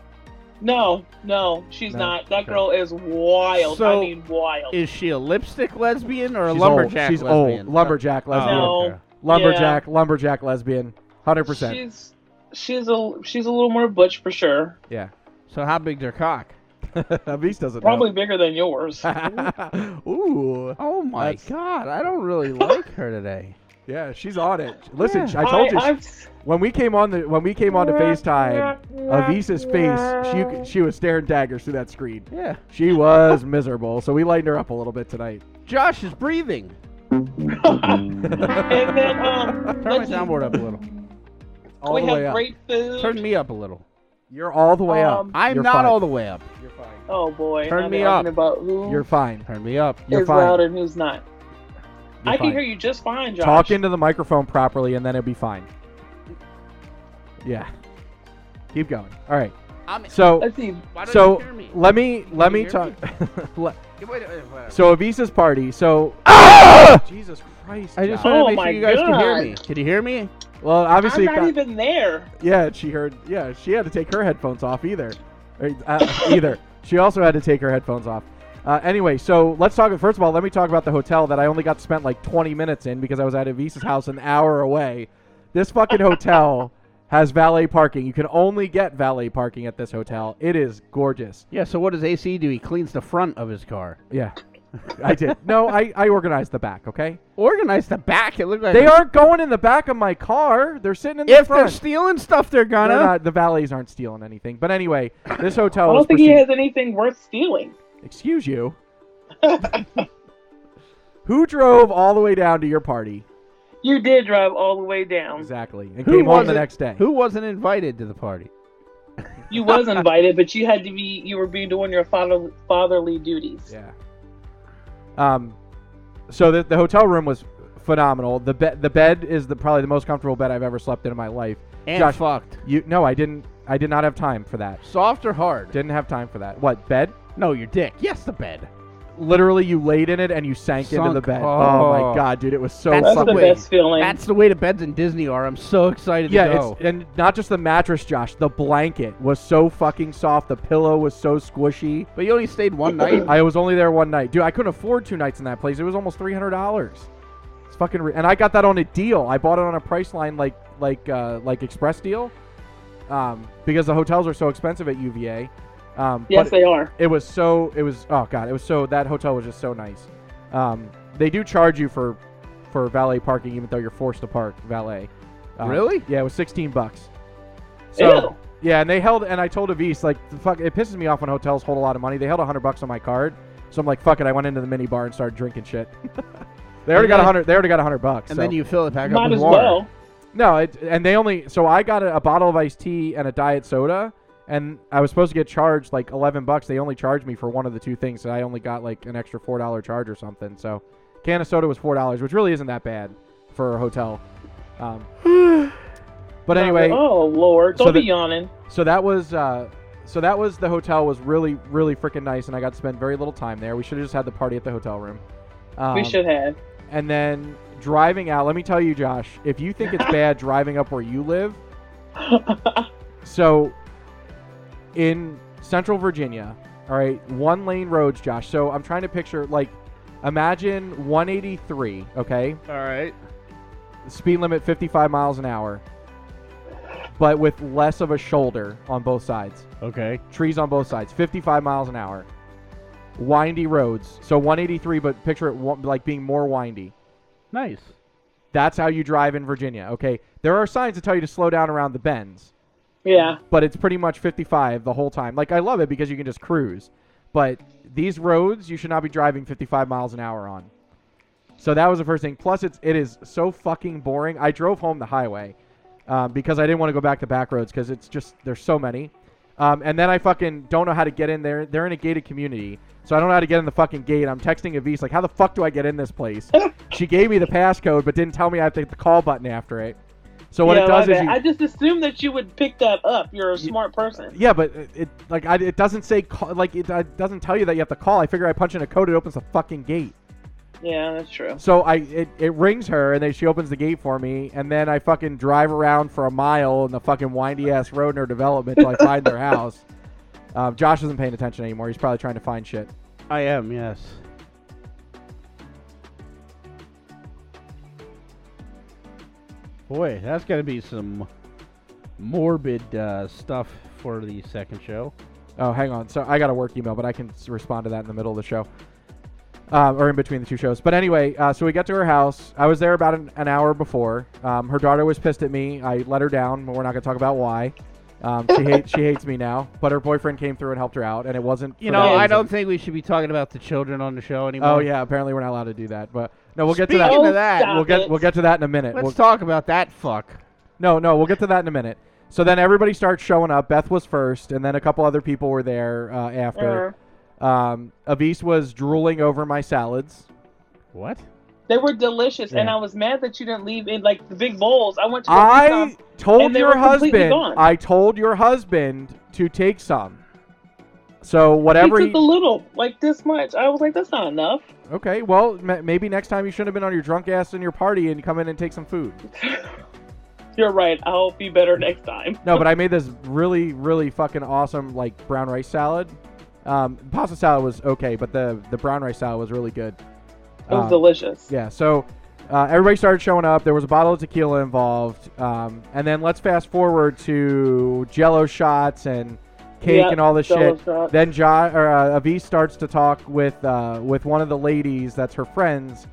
Speaker 8: No, no, she's
Speaker 2: No?
Speaker 8: not. That
Speaker 2: Okay.
Speaker 8: girl is wild.
Speaker 7: So-
Speaker 8: I mean, wild.
Speaker 7: Is she a lipstick lesbian or a
Speaker 2: she's
Speaker 7: lumberjack
Speaker 2: Old. She's
Speaker 7: lesbian? Oh.
Speaker 2: old. Lumberjack lesbian.
Speaker 8: No.
Speaker 7: okay.
Speaker 2: Lumberjack. Lumberjack lesbian. Hundred percent.
Speaker 8: she's she's a she's a little more butch for sure.
Speaker 2: Yeah.
Speaker 7: So how big's her cock?
Speaker 2: Avis doesn't
Speaker 8: Probably bigger than yours.
Speaker 2: know. Ooh.
Speaker 7: Oh my
Speaker 2: That's-
Speaker 7: god, I don't really like her today.
Speaker 2: Yeah, she's on it. Listen, I told you she-
Speaker 8: I've-
Speaker 2: when we came on the when we came on to FaceTime, Avisa's face, she she was staring daggers through that screen.
Speaker 7: Yeah.
Speaker 2: She was miserable, so we lightened her up a little bit tonight.
Speaker 7: Josh is breathing.
Speaker 8: and then um,
Speaker 7: Turn my
Speaker 8: let's-
Speaker 7: soundboard up a little.
Speaker 2: All
Speaker 8: we
Speaker 2: the way
Speaker 8: have
Speaker 2: up.
Speaker 8: great food.
Speaker 7: Turn me up a little.
Speaker 2: You're all the way
Speaker 8: Um,
Speaker 2: up.
Speaker 7: I'm
Speaker 2: You're
Speaker 7: not
Speaker 2: fine.
Speaker 7: all the way up.
Speaker 8: oh boy,
Speaker 7: turn
Speaker 8: I'm
Speaker 7: me
Speaker 8: arguing
Speaker 7: up.
Speaker 8: About who
Speaker 2: You're fine.
Speaker 7: Turn me up.
Speaker 2: You're
Speaker 8: is
Speaker 2: fine.
Speaker 8: loud and who's not.
Speaker 2: You're fine.
Speaker 8: I can hear you just fine, Josh.
Speaker 2: Talk into the microphone properly, and then it'll be fine. Yeah. Keep going. All right.
Speaker 7: I'm-
Speaker 2: So
Speaker 8: Let's see.
Speaker 7: Why don't
Speaker 2: so
Speaker 7: you hear me?
Speaker 2: let me let
Speaker 7: you
Speaker 2: me
Speaker 7: hear
Speaker 2: talk. Le-
Speaker 7: Wait, wait, wait, wait. Ah!
Speaker 2: so Avisa's party. So Jesus Christ.
Speaker 7: I just
Speaker 2: John.
Speaker 7: wanted to
Speaker 8: Oh
Speaker 7: make
Speaker 8: my
Speaker 7: sure you guys can hear
Speaker 8: God.
Speaker 7: me. Can you hear me?
Speaker 2: well
Speaker 8: I'm
Speaker 2: obviously
Speaker 8: not
Speaker 2: got- Oh,
Speaker 8: even there.
Speaker 2: Yeah, she heard. Yeah, she had to take her headphones off either. Or, uh, either she also had to take her headphones off. Uh, anyway, so let's talk. First of all, let me talk about the hotel that I only got spent like 20 minutes in because I was at Avisa's house an hour away. This fucking hotel has valet parking. You can only get valet parking at this hotel. It is gorgeous.
Speaker 7: Yeah, so what does AC do? He cleans the front of his car.
Speaker 2: Yeah, I did. No, I, I organized the back. Okay,
Speaker 7: Organize the back. It looked like
Speaker 2: they aren't going in the back of my car. They're sitting in the
Speaker 7: If they're
Speaker 2: front.
Speaker 7: stealing stuff, they're
Speaker 2: They're
Speaker 7: gonna.
Speaker 2: not- the valets aren't stealing anything. But anyway, this hotel.
Speaker 8: I
Speaker 2: was
Speaker 8: don't think he
Speaker 2: perceived-
Speaker 8: has anything worth stealing.
Speaker 2: Excuse you. Who drove all the way down to your party?
Speaker 8: You did drive all the way down.
Speaker 2: Exactly. And
Speaker 7: Who
Speaker 2: came on the
Speaker 7: wasn't-
Speaker 2: next day.
Speaker 7: Who wasn't invited to the party?
Speaker 8: You was invited, but you had to be. You were be doing your father, fatherly duties.
Speaker 2: Yeah. Um, so the, the hotel room was phenomenal. The bed the bed is the probably the most comfortable bed I've ever slept in in my life.
Speaker 7: And
Speaker 2: Josh-
Speaker 7: fucked.
Speaker 2: You no, I didn't. I did not have time for that.
Speaker 7: Soft or hard?
Speaker 2: Didn't have time for that. What bed?
Speaker 7: no, your dick. Yes, the bed.
Speaker 2: Literally, you laid in it and you sank into the
Speaker 7: Sunk.
Speaker 2: bed.
Speaker 7: Oh.
Speaker 2: my god, dude, it was so
Speaker 7: That's
Speaker 8: That's the
Speaker 2: fucking-
Speaker 7: Subway.
Speaker 8: best feeling.
Speaker 7: That's the way the beds in Disney are. I'm so excited to
Speaker 2: Yeah,
Speaker 7: go.
Speaker 2: it's, and not just the mattress, Josh. The blanket was so fucking soft. The pillow was so squishy.
Speaker 7: but you only stayed one night.
Speaker 2: I was only there one night, dude. I couldn't afford two nights in that place. It was almost three hundred dollars. It's fucking, re- and I got that on a deal. I bought it on a price line like like uh, like express deal, um, because the hotels are so expensive at UVA. Um,
Speaker 8: yes,
Speaker 2: but
Speaker 8: they are.
Speaker 2: it was so it was oh god it was so that hotel was just so nice um, they do charge you for for valet parking even though you're forced to park valet Um,
Speaker 7: Really?
Speaker 2: yeah it was 16 bucks so
Speaker 8: Ew.
Speaker 2: yeah and they held and i told avis like the fuck it pisses me off when hotels hold a lot of money they held 100 bucks on my card so i'm like fuck it i went into the mini bar and started drinking shit they already got
Speaker 7: then-
Speaker 2: 100 they already got 100 bucks
Speaker 7: and
Speaker 2: so-
Speaker 7: then you fill it back up
Speaker 8: Might
Speaker 7: with
Speaker 8: as
Speaker 7: water.
Speaker 8: well.
Speaker 2: no, it, and they only so I got a, a bottle of iced tea and a diet soda, and I was supposed to get charged like eleven bucks. They only charged me for one of the two things, and I only got like an extra four dollar charge or something. So, can of soda was four dollars, which really isn't that bad for a hotel. Um, but anyway,
Speaker 8: Oh Lord,
Speaker 2: So
Speaker 8: don't be
Speaker 2: the-
Speaker 8: yawning.
Speaker 2: so that was uh, so that was the hotel was really really freaking nice, and I got to spend very little time there. We should have just had the party at the hotel room. Um,
Speaker 8: we should have.
Speaker 2: and then driving out. Let me tell you, Josh, if you think it's bad driving up where you live, So, in Central Virginia, all right, one lane roads, Josh. So I'm trying to picture like, imagine 183. Okay,
Speaker 7: All right.
Speaker 2: speed limit 55 miles an hour, but with less of a shoulder on both sides.
Speaker 7: Okay.
Speaker 2: Trees on both sides, 55 miles an hour. Windy roads. So 183, but picture it wa- like being more windy.
Speaker 7: Nice.
Speaker 2: That's how you drive in Virginia. Okay, there are signs that tell you to slow down around the bends.
Speaker 8: Yeah.
Speaker 2: but it's pretty much 55 the whole time. Like I love it because you can just cruise, but these roads you should not be driving 55 miles an hour on. So that was the first thing. Plus, it's it is so fucking boring. I drove home the highway um, because I didn't want to go back to back roads because it's just there's so many. Um, and then I fucking don't know how to get in there. They're in a gated community, so I don't know how to get in the fucking gate. I'm texting Avise like, how the fuck do I get in this place? she gave me the passcode, but didn't tell me I have to hit the call button after it. So what
Speaker 8: yeah,
Speaker 2: it
Speaker 8: my
Speaker 2: does is
Speaker 8: bad.
Speaker 2: you,
Speaker 8: I just assumed that you would pick that up. You're a smart person.
Speaker 2: yeah, but it- it like I, it doesn't say call, like it, uh doesn't tell you that you have to call. I figure I punch in a code, it opens the fucking gate.
Speaker 8: Yeah, that's true.
Speaker 2: So I it, it rings her, and then she opens the gate for me, and then I fucking drive around for a mile in the fucking windy ass road in her development till I find their house. Um, Josh isn't paying attention anymore. He's probably trying to find shit.
Speaker 7: I am, yes. Boy, that's going to be some morbid uh, stuff for the second show.
Speaker 2: Oh, hang on. So I got a work email, but I can s- respond to that in the middle of the show. Um, or in between the two shows. But anyway, uh, so we got to her house. I was there about an, an hour before. Um, her daughter was pissed at me. I let her down, but we're not going to talk about why. Um, she, hates she hates me now. But her boyfriend came through and helped her out, and it wasn't.
Speaker 7: You
Speaker 2: for
Speaker 7: know,
Speaker 2: that
Speaker 7: I
Speaker 2: reason.
Speaker 7: don't think we should be talking about the children on the show anymore.
Speaker 2: Oh yeah, apparently we're not allowed to do that. But no, we'll get
Speaker 7: Speaking
Speaker 2: to
Speaker 7: of
Speaker 2: that.
Speaker 7: that,
Speaker 8: stop
Speaker 2: We'll get
Speaker 8: it.
Speaker 2: we'll get to that in a minute.
Speaker 7: let's
Speaker 2: We'll-
Speaker 7: talk about that fuck.
Speaker 2: no, no, we'll get to that in a minute. So then everybody starts showing up. Beth was first, and then a couple other people were there uh, after. Um, Avise was drooling over my salads.
Speaker 7: What?
Speaker 8: They were delicious, and
Speaker 2: Yeah.
Speaker 8: I was mad that you didn't leave in like the big bowls. I went to. the rooftop.
Speaker 2: I told
Speaker 8: and they
Speaker 2: your
Speaker 8: were completely
Speaker 2: husband.
Speaker 8: gone.
Speaker 2: I told your husband to take some. So whatever.
Speaker 8: He
Speaker 2: He,
Speaker 8: took a little, like this much. I was like, that's not enough.
Speaker 2: okay, well ma maybe next time you shouldn't have been on your drunk ass in your party and come in and take some food.
Speaker 8: You're right. I'll be better next time.
Speaker 2: No, but I made this really, really fucking awesome like brown rice salad. Um, pasta salad was okay, but the the brown rice salad was really good.
Speaker 8: It was
Speaker 2: Um,
Speaker 8: delicious.
Speaker 2: Yeah, so uh, everybody started showing up. There was a bottle of tequila involved, um, and then let's fast forward to Jello shots and cake
Speaker 8: Yeah,
Speaker 2: and all this
Speaker 8: Jello
Speaker 2: shit.
Speaker 8: shots.
Speaker 2: Then jo- or, uh, Avi starts to talk with uh, with one of the ladies that's her friends,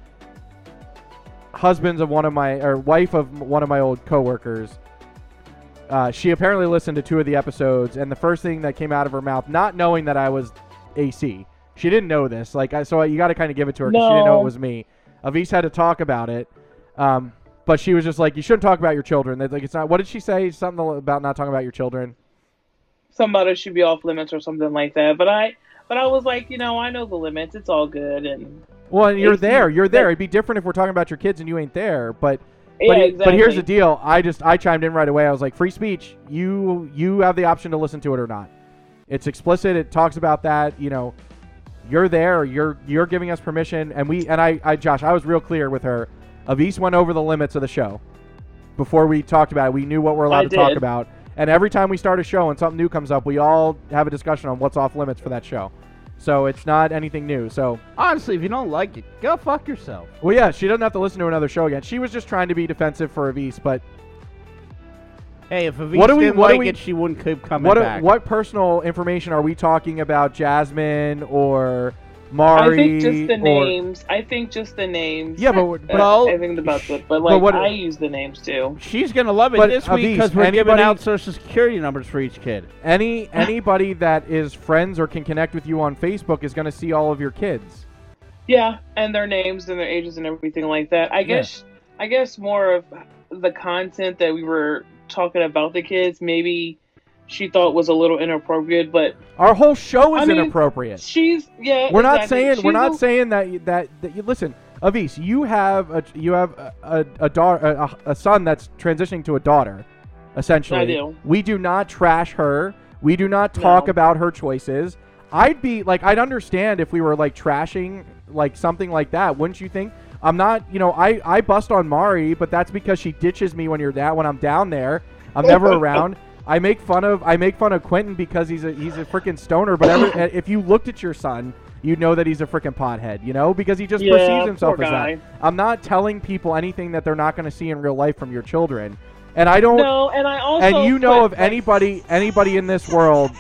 Speaker 2: husbands of one of my or wife of one of my old coworkers. Uh, she apparently listened to two of the episodes, and the first thing that came out of her mouth, not knowing that I was AC, she didn't know this. Like, I, so you got to kind of give it to her because she didn't know it
Speaker 8: No.
Speaker 2: was me. Avise had to talk about it, um, but she was just like, "You shouldn't talk about your children." That like it's not. What did she say? Something about not talking about your children.
Speaker 8: Somebody should be off limits or something like that. But I, but I was like, you know, I know the limits. It's all good. And
Speaker 2: Well, and you're
Speaker 8: It's-
Speaker 2: there. You're there.
Speaker 8: but-
Speaker 2: It'd be different if we're talking about your kids and you ain't there. But but,
Speaker 8: yeah,
Speaker 2: he-
Speaker 8: exactly.
Speaker 2: but here's the deal. I just I chimed in right away. I was like, free speech. You you have the option to listen to it or not. It's explicit. It talks about that. You know, you're there. You're you're giving us permission. And we and I, I Josh, I was real clear with her. Avise went over the limits of the show before we talked about it. We knew what we're allowed
Speaker 8: I
Speaker 2: to talk
Speaker 8: did.
Speaker 2: about. And every time we start a show and something new comes up, we all have a discussion on what's off limits for that show. So it's not anything new. So
Speaker 7: Honestly, if you don't like it, go fuck yourself.
Speaker 2: well, yeah, she doesn't have to listen to another show again. She was just trying to be defensive for Avise, but
Speaker 7: Hey, if Avish
Speaker 2: What do we-
Speaker 7: didn't
Speaker 2: what do
Speaker 7: like
Speaker 2: we-
Speaker 7: it, she wouldn't keep coming
Speaker 2: what
Speaker 7: back.
Speaker 2: what personal information are we talking about? Jasmine or
Speaker 8: I
Speaker 2: Mari?
Speaker 8: think just the
Speaker 2: or-
Speaker 8: names. I think just the names.
Speaker 2: Yeah, but but,
Speaker 8: Uh,
Speaker 7: Well-
Speaker 8: I think about that. But like,
Speaker 2: what-
Speaker 8: I use the names too.
Speaker 7: She's gonna love it
Speaker 2: But,
Speaker 7: this week
Speaker 2: Avish,
Speaker 7: because we're giving
Speaker 2: anybody-
Speaker 7: out social security numbers for each kid.
Speaker 2: any anybody that is friends or can connect with you on Facebook is going to see all of your kids.
Speaker 8: Yeah, and their names and their ages and everything like that. I guess I guess more of the content that we were talking about the kids maybe she thought was a little inappropriate, but
Speaker 2: Our whole show is
Speaker 8: I mean,
Speaker 2: inappropriate.
Speaker 8: she's yeah.
Speaker 2: We're not
Speaker 8: exactly.
Speaker 2: saying
Speaker 8: She's
Speaker 2: we're not
Speaker 8: a-
Speaker 2: saying that that, that you, listen, Avise, you have a you have a a, a, daughter, a a son that's transitioning to a daughter, essentially.
Speaker 8: I do.
Speaker 2: We do not trash her. We do not talk
Speaker 8: No.
Speaker 2: about her choices. I'd be like I'd understand if we were like trashing like something like that, wouldn't you think? I'm not, you know, I I bust on Mari, but that's because she ditches me when you're down when I'm down there. I'm never around. I make fun of I make fun of Quentin because he's a he's a freaking stoner. But every, if you looked at your son, you'd know that he's a freaking pothead. You know because he just
Speaker 8: Yeah,
Speaker 2: perceives himself
Speaker 8: poor
Speaker 2: as
Speaker 8: guy.
Speaker 2: that. I'm not telling people anything that they're not going to see in real life from your children. And I don't.
Speaker 8: No, and I also
Speaker 2: and you know
Speaker 8: but,
Speaker 2: of
Speaker 8: like,
Speaker 2: anybody anybody in this world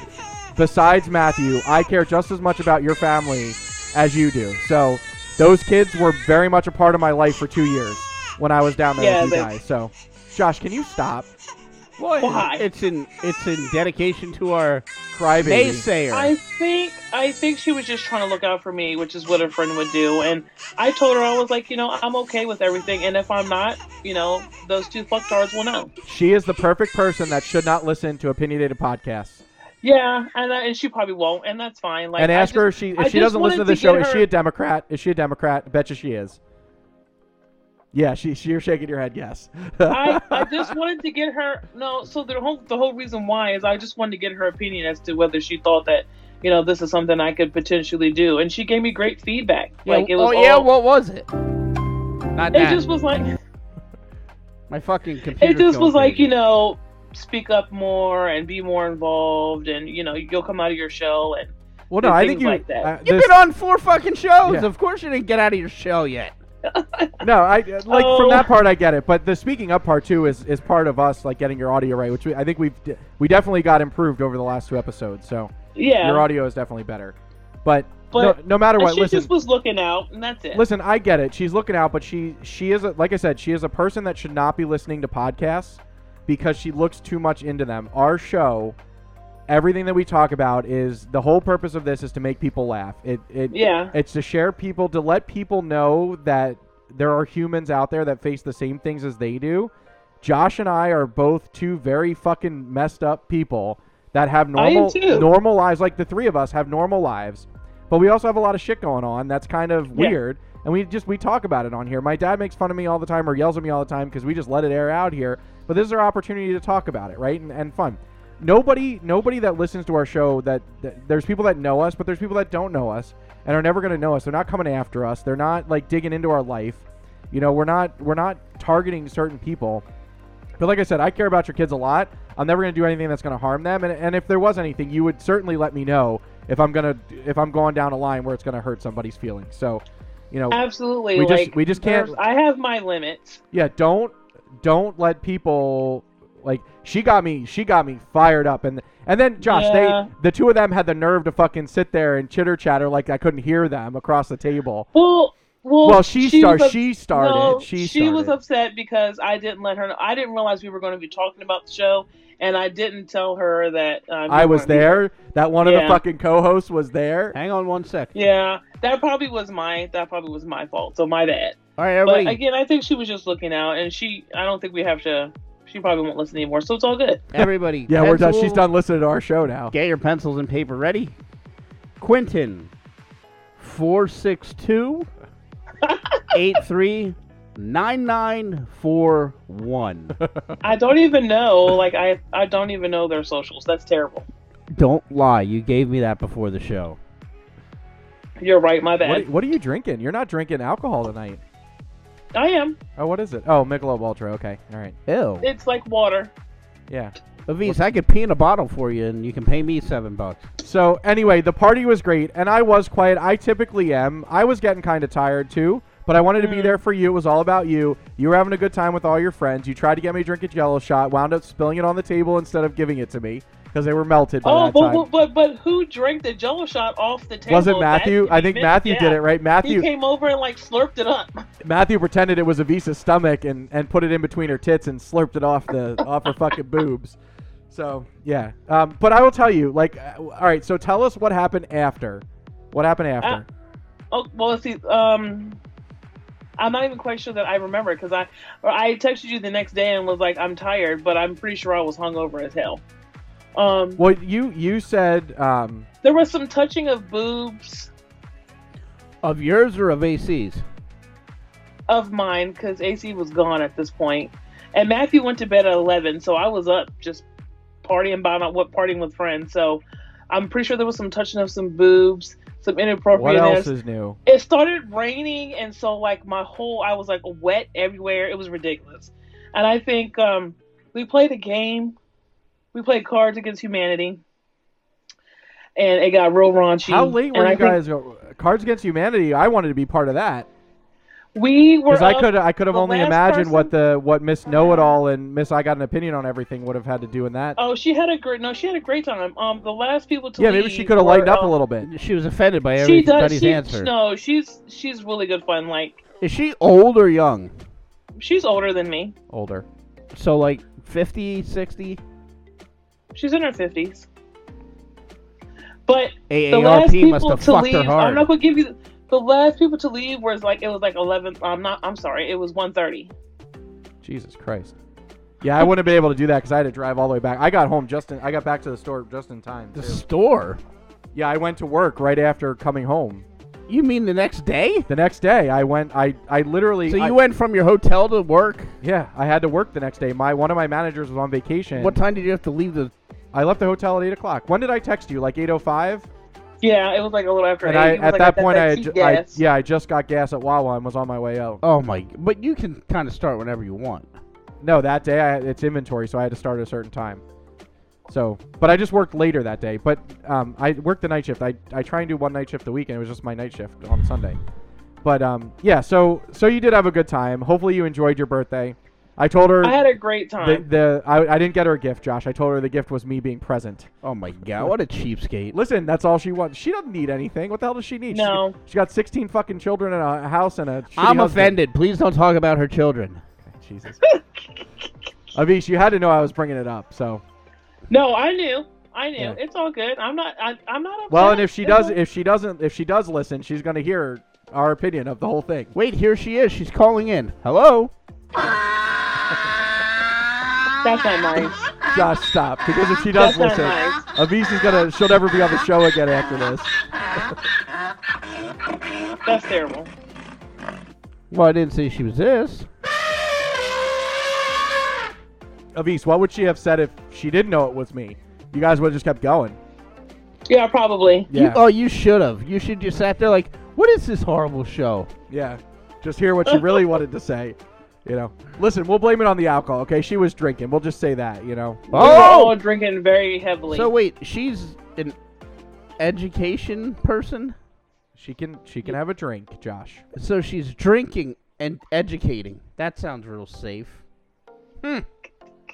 Speaker 2: besides Matthew, I care just as much about your family as you do. So those kids were very much a part of my life for two years when I was down there
Speaker 8: Yeah,
Speaker 2: with you
Speaker 8: they-
Speaker 2: guys. So Josh, can you stop?
Speaker 7: Well,
Speaker 8: Why?
Speaker 7: it's in it's in dedication to our
Speaker 2: Crybaby.
Speaker 7: naysayer.
Speaker 8: I think I think she was just trying to look out for me, which is what a friend would do. And I told her I was like, you know, I'm okay with everything, and if I'm not, you know, those two fucktards will know.
Speaker 2: She is the perfect person that should not listen to opinionated podcasts.
Speaker 8: Yeah, and I, and she probably won't, and that's fine. Like,
Speaker 2: and
Speaker 8: I
Speaker 2: ask
Speaker 8: just-
Speaker 2: her if she
Speaker 8: I
Speaker 2: if she
Speaker 8: just
Speaker 2: doesn't listen to
Speaker 8: wanted
Speaker 2: the
Speaker 8: to
Speaker 2: show,
Speaker 8: get
Speaker 2: is
Speaker 8: her-
Speaker 2: she a Democrat? Is she a Democrat? I betcha she is. Yeah, she, she you're shaking your head, yes.
Speaker 8: I, I just wanted to get her no. So the whole the whole reason why is I just wanted to get her opinion as to whether she thought that you know this is something I could potentially do, and she gave me great feedback. Like it was
Speaker 7: oh yeah,
Speaker 8: all-
Speaker 7: what was it? Not
Speaker 8: it
Speaker 7: that.
Speaker 8: just was like
Speaker 7: My fucking computer.
Speaker 8: it just was like you know speak up more and be more involved, and you know you'll come out of your shell and
Speaker 2: well, no,
Speaker 8: and
Speaker 2: I
Speaker 8: things
Speaker 2: think you.
Speaker 8: like that.
Speaker 2: uh,
Speaker 7: You've
Speaker 2: this-
Speaker 7: been on four fucking shows.
Speaker 2: Yeah.
Speaker 7: Of course you didn't get out of your shell yet.
Speaker 2: No, I like
Speaker 8: Oh.
Speaker 2: from that part I get it, but the speaking up part too is is part of us like getting your audio right, which we, I think we've d- we definitely got improved over the last two episodes. So
Speaker 8: yeah.
Speaker 2: your audio is definitely better, but,
Speaker 8: But-
Speaker 2: no, no matter
Speaker 8: And
Speaker 2: what,
Speaker 8: she
Speaker 2: listen,
Speaker 8: just was looking out, and that's it.
Speaker 2: listen, I get it. She's looking out, but she she is a, like I said, she is a person that should not be listening to podcasts because she looks too much into them. Our show, everything that we talk about is the whole purpose of this is to make people laugh. It it
Speaker 8: yeah.
Speaker 2: it's to share people, to let people know that there are humans out there that face the same things as they do. Josh and I are both two very fucking messed up people that have
Speaker 8: I am
Speaker 2: normal
Speaker 8: too.
Speaker 2: normal lives. Like the three of us have normal lives, but we also have a lot of shit going on. That's kind of
Speaker 8: Yeah.
Speaker 2: weird. And we just we talk about it on here. My dad makes fun of me all the time or yells at me all the time because we just let it air out here. But this is our opportunity to talk about it, right? And, and fun. Nobody nobody that listens to our show that, that there's people that know us, but there's people that don't know us and are never going to know us. They're not coming after us. They're not like digging into our life. You know, we're not we're not targeting certain people. But like I said, I care about your kids a lot. I'm never going to do anything that's going to harm them. And, and if there was anything, you would certainly let me know if I'm going to if I'm going down a line where it's going to hurt somebody's feelings. So, you know,
Speaker 8: Um, Absolutely.
Speaker 2: we just-
Speaker 8: like,
Speaker 2: we just can't-
Speaker 8: there's- I have my limits.
Speaker 2: yeah, don't don't let people like she got me she got me fired up and and then Josh
Speaker 8: Yeah.
Speaker 2: they the two of them had the nerve to fucking sit there and chitter chatter like I couldn't hear them across the table.
Speaker 8: Well, well,
Speaker 2: Well, she
Speaker 8: was
Speaker 2: started
Speaker 8: up-
Speaker 2: she started
Speaker 8: No,
Speaker 2: she
Speaker 8: was
Speaker 2: started.
Speaker 8: upset because I didn't let her. know. I didn't realize we were going to be talking about the show, and I didn't tell her that. Um,
Speaker 2: I
Speaker 8: you
Speaker 2: was
Speaker 8: weren't-
Speaker 2: there. That one of the
Speaker 8: Yeah.
Speaker 2: fucking co-hosts was there.
Speaker 7: Hang on one second.
Speaker 8: Yeah, that probably was my that probably was my fault. So my bad.
Speaker 7: All right,
Speaker 8: But
Speaker 7: everybody.
Speaker 8: again, I think she was just looking out, and she. I don't think we have to. She probably won't listen anymore, so it's all good.
Speaker 7: everybody.
Speaker 2: Yeah, we're done.
Speaker 7: pencil-
Speaker 2: She's done listening to our show now.
Speaker 7: Get your pencils and paper ready. Quentin, 462 83 9941.
Speaker 8: I don't even know. Like I, I don't even know their socials. That's terrible.
Speaker 7: Don't lie. You gave me that before the show.
Speaker 8: You're right. My
Speaker 2: What,
Speaker 8: bad.
Speaker 2: what are you drinking? You're not drinking alcohol tonight.
Speaker 8: I am.
Speaker 2: Oh, what is it? Oh, Michelob Ultra. Okay, all right.
Speaker 7: Ew.
Speaker 8: It's like water.
Speaker 2: Yeah.
Speaker 7: Avis, I could pee in a bottle for you and you can pay me seven bucks.
Speaker 2: So anyway, the party was great, and I was quiet. I typically am. I was getting kind of tired too, but I wanted to be
Speaker 8: Mm.
Speaker 2: there for you. It was all about you. You were having a good time with all your friends. You tried to get me to drink a Jello shot, wound up spilling it on the table instead of giving it to me because they were melted by
Speaker 8: Oh,
Speaker 2: that time.
Speaker 8: but, but but but who drank the Jello shot off the table?
Speaker 2: was it
Speaker 8: That
Speaker 2: Matthew?
Speaker 8: could
Speaker 2: I
Speaker 8: be
Speaker 2: think
Speaker 8: mi-
Speaker 2: Matthew
Speaker 8: yeah.
Speaker 2: did it, right?
Speaker 8: He
Speaker 2: Matthew
Speaker 8: came over and like slurped it up.
Speaker 2: Matthew pretended it was a Visa's stomach and, and put it in between her tits and slurped it off the off her fucking boobs. So yeah, um, but I will tell you, like, uh, all right. So tell us what happened after. What
Speaker 8: Uh,
Speaker 2: happened after?
Speaker 8: Oh well, let's see. Um, I'm not even quite sure that I remember because I or I texted you the next day and was like, I'm tired, but I'm pretty sure I was hungover as hell. Um,
Speaker 2: well, you you said um,
Speaker 8: there was some touching of boobs
Speaker 7: Of yours or of AC's?
Speaker 8: of mine because AC was gone at this point, and Matthew went to bed at eleven, so I was up just partying by my what partying with friends. So I'm pretty sure there was some touching of some boobs, some
Speaker 2: what else
Speaker 8: inappropriateness.
Speaker 2: is new?
Speaker 8: it started raining, and so like my whole I was like wet everywhere. It was ridiculous, and I think um We played a game. We played Cards Against Humanity, and it got real raunchy.
Speaker 2: How late were
Speaker 8: and I
Speaker 2: you
Speaker 8: think
Speaker 2: guys? Cards Against Humanity. I wanted to be part of that
Speaker 8: We were.
Speaker 2: because I
Speaker 8: up-
Speaker 2: could I could have
Speaker 8: the
Speaker 2: only
Speaker 8: last
Speaker 2: imagined
Speaker 8: person-
Speaker 2: what the what Miss Know It All and Miss I Got an Opinion on Everything would have had to do in that.
Speaker 8: Oh, she had a great. No, she had a great time. Um, the last people to
Speaker 2: yeah,
Speaker 8: leave
Speaker 2: maybe she could have
Speaker 8: were,
Speaker 2: lightened up a
Speaker 8: um,
Speaker 2: little bit.
Speaker 7: She was offended by
Speaker 8: She does.
Speaker 7: everybody's
Speaker 8: She,
Speaker 7: answer.
Speaker 8: no, she's she's really good fun. Like
Speaker 7: Is she old or young?
Speaker 8: she's older than me.
Speaker 2: Older.
Speaker 7: So like 50, 60?
Speaker 8: She's in her fifties. But the last
Speaker 7: AARP
Speaker 8: people
Speaker 7: must have
Speaker 8: to
Speaker 7: fucked
Speaker 8: leave,
Speaker 7: her
Speaker 8: I'm
Speaker 7: hard.
Speaker 8: not gonna give you the last people to leave was like it was like eleven. I'm not. I'm sorry. It was one thirty.
Speaker 2: Jesus Christ. Yeah, I wouldn't have been able to do that because I had to drive all the way back. I got home just in. I got back to the store just in time.
Speaker 7: the
Speaker 2: too.
Speaker 7: store?
Speaker 2: Yeah, I went to work right after coming home.
Speaker 7: You mean the next day?
Speaker 2: The next day, I went. I I literally.
Speaker 7: So you
Speaker 2: I-
Speaker 7: went from your hotel to work?
Speaker 2: Yeah, I had to work the next day. My one of my managers was on vacation.
Speaker 7: What time did you have to leave the
Speaker 2: I left the hotel at eight o'clock. When did I text you? Like eight oh five.
Speaker 8: Yeah, it was like a little after.
Speaker 2: And
Speaker 8: eight.
Speaker 2: I
Speaker 8: It was
Speaker 2: at
Speaker 8: like
Speaker 2: that point I,
Speaker 8: that
Speaker 2: had
Speaker 8: cheap
Speaker 2: ju- I-
Speaker 8: gas.
Speaker 2: yeah I just got gas at Wawa and was on my way out.
Speaker 7: Oh my! But you can kind of start whenever you want.
Speaker 2: No, that day I, it's inventory, so I had to start at a certain time. So, but I just worked later that day. But um, I worked the night shift. I, I try and do one night shift a week, and it was just my night shift on Sunday. But um, yeah, so so you did have a good time. Hopefully you enjoyed your birthday. I told her
Speaker 8: I had a great
Speaker 2: the,
Speaker 8: time.
Speaker 2: the I, I didn't get her a gift, Josh. I told her the gift was me being present.
Speaker 7: Oh my god! What a cheapskate!
Speaker 2: Listen, that's all she wants. She doesn't need anything. What the hell does she need? She's-
Speaker 8: No.
Speaker 2: she got 16 fucking children and a house and a. shitty
Speaker 7: I'm
Speaker 2: husband.
Speaker 7: offended. Please don't talk about her children.
Speaker 2: Jesus. Avish, you had to know I was bringing it up, so.
Speaker 8: no, I knew. I knew.
Speaker 2: Yeah.
Speaker 8: It's all good. I'm not. I, I'm not. Upset.
Speaker 2: Well, and if she
Speaker 8: It's
Speaker 2: does,
Speaker 8: all-
Speaker 2: if she doesn't, if she does listen, she's gonna hear our opinion of the whole thing.
Speaker 7: Wait, here she is. She's calling in. Hello.
Speaker 8: that's not nice.
Speaker 2: Josh, stop, because if she does
Speaker 8: That's not
Speaker 2: listen,
Speaker 8: nice.
Speaker 2: Avish is gonna, she'll never be on the show again after this.
Speaker 8: That's terrible.
Speaker 7: Well, I didn't say she was this.
Speaker 2: Avish, what would she have said if she didn't know it was me? You guys would have just kept going.
Speaker 8: Yeah, probably.
Speaker 7: You,
Speaker 2: Yeah,
Speaker 7: oh, you should have. You should just sat there like, what is this horrible show?
Speaker 2: yeah. Just hear what she really wanted to say. You know, listen, we'll blame it on the alcohol. Okay, she was drinking. We'll just say that. You know,
Speaker 8: We were
Speaker 2: Oh!
Speaker 8: all drinking very heavily.
Speaker 7: So wait, she's an education person.
Speaker 2: she can, she can have a drink, Josh.
Speaker 7: So she's drinking and educating. That sounds real safe.